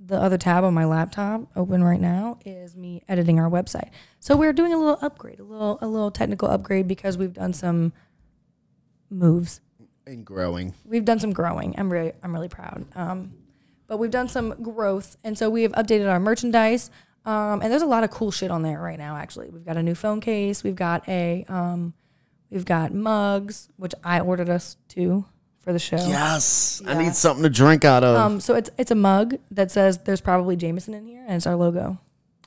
the other tab on my laptop open right now is me editing our website. So we're doing a little upgrade, a little a little technical upgrade because we've done some moves. And growing. We've done some growing. I'm really I'm really proud. Um, but we've done some growth, and so we have updated our merchandise. Um, and there's a lot of cool shit on there right now. Actually, we've got a new phone case. We've got a um, we've got mugs, which I ordered us two for the show. Yes. I need something to drink out of. Oh. Um, so it's it's a mug that says there's probably Jameson in here, and it's our logo.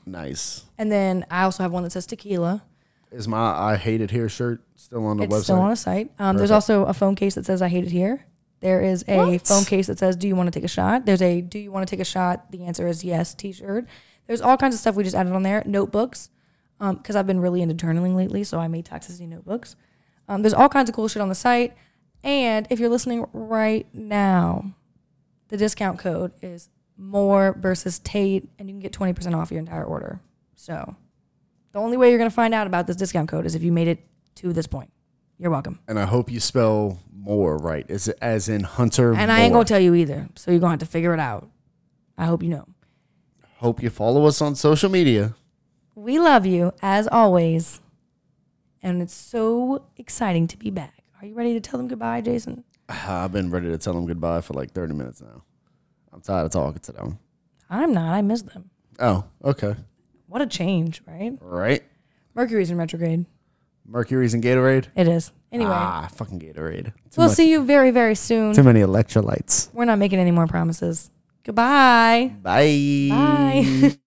nice. And then I also have one that says tequila. Is my I hate it here shirt still on the It's website? still on a site. Um, there's also a phone case that says I hate it here. There is a phone case that says Do you want to take a shot? There's a Do you want to take a shot? The answer is yes T-shirt. There's all kinds of stuff we just added on there. Notebooks, because I've been really into journaling lately, so I made toxicity notebooks. Um, there's all kinds of cool shit on the site. And if you're listening right now, the discount code is More versus Tate, and you can get 20% off your entire order. So the only way you're gonna find out about this discount code is if you made it to this point. You're welcome. and I hope you spell more right. Is it as in Hunter? And I ain't Moore. gonna tell you either, so you're gonna have to figure it out. I hope you know. hope you follow us on social media. We love you as always, and it's so exciting to be back. Are you ready to tell them goodbye, Jason? I've been ready to tell them goodbye for like 30 minutes now. I'm tired of talking to them. I'm not. I miss them. Oh, okay. What a change, right? All right. Mercury's in retrograde. Mercury's and Gatorade. It is. Anyway, Ah, fucking Gatorade. Too, we'll much, see you very, very soon. too many electrolytes. We're not making any more promises. Goodbye. Bye. Bye.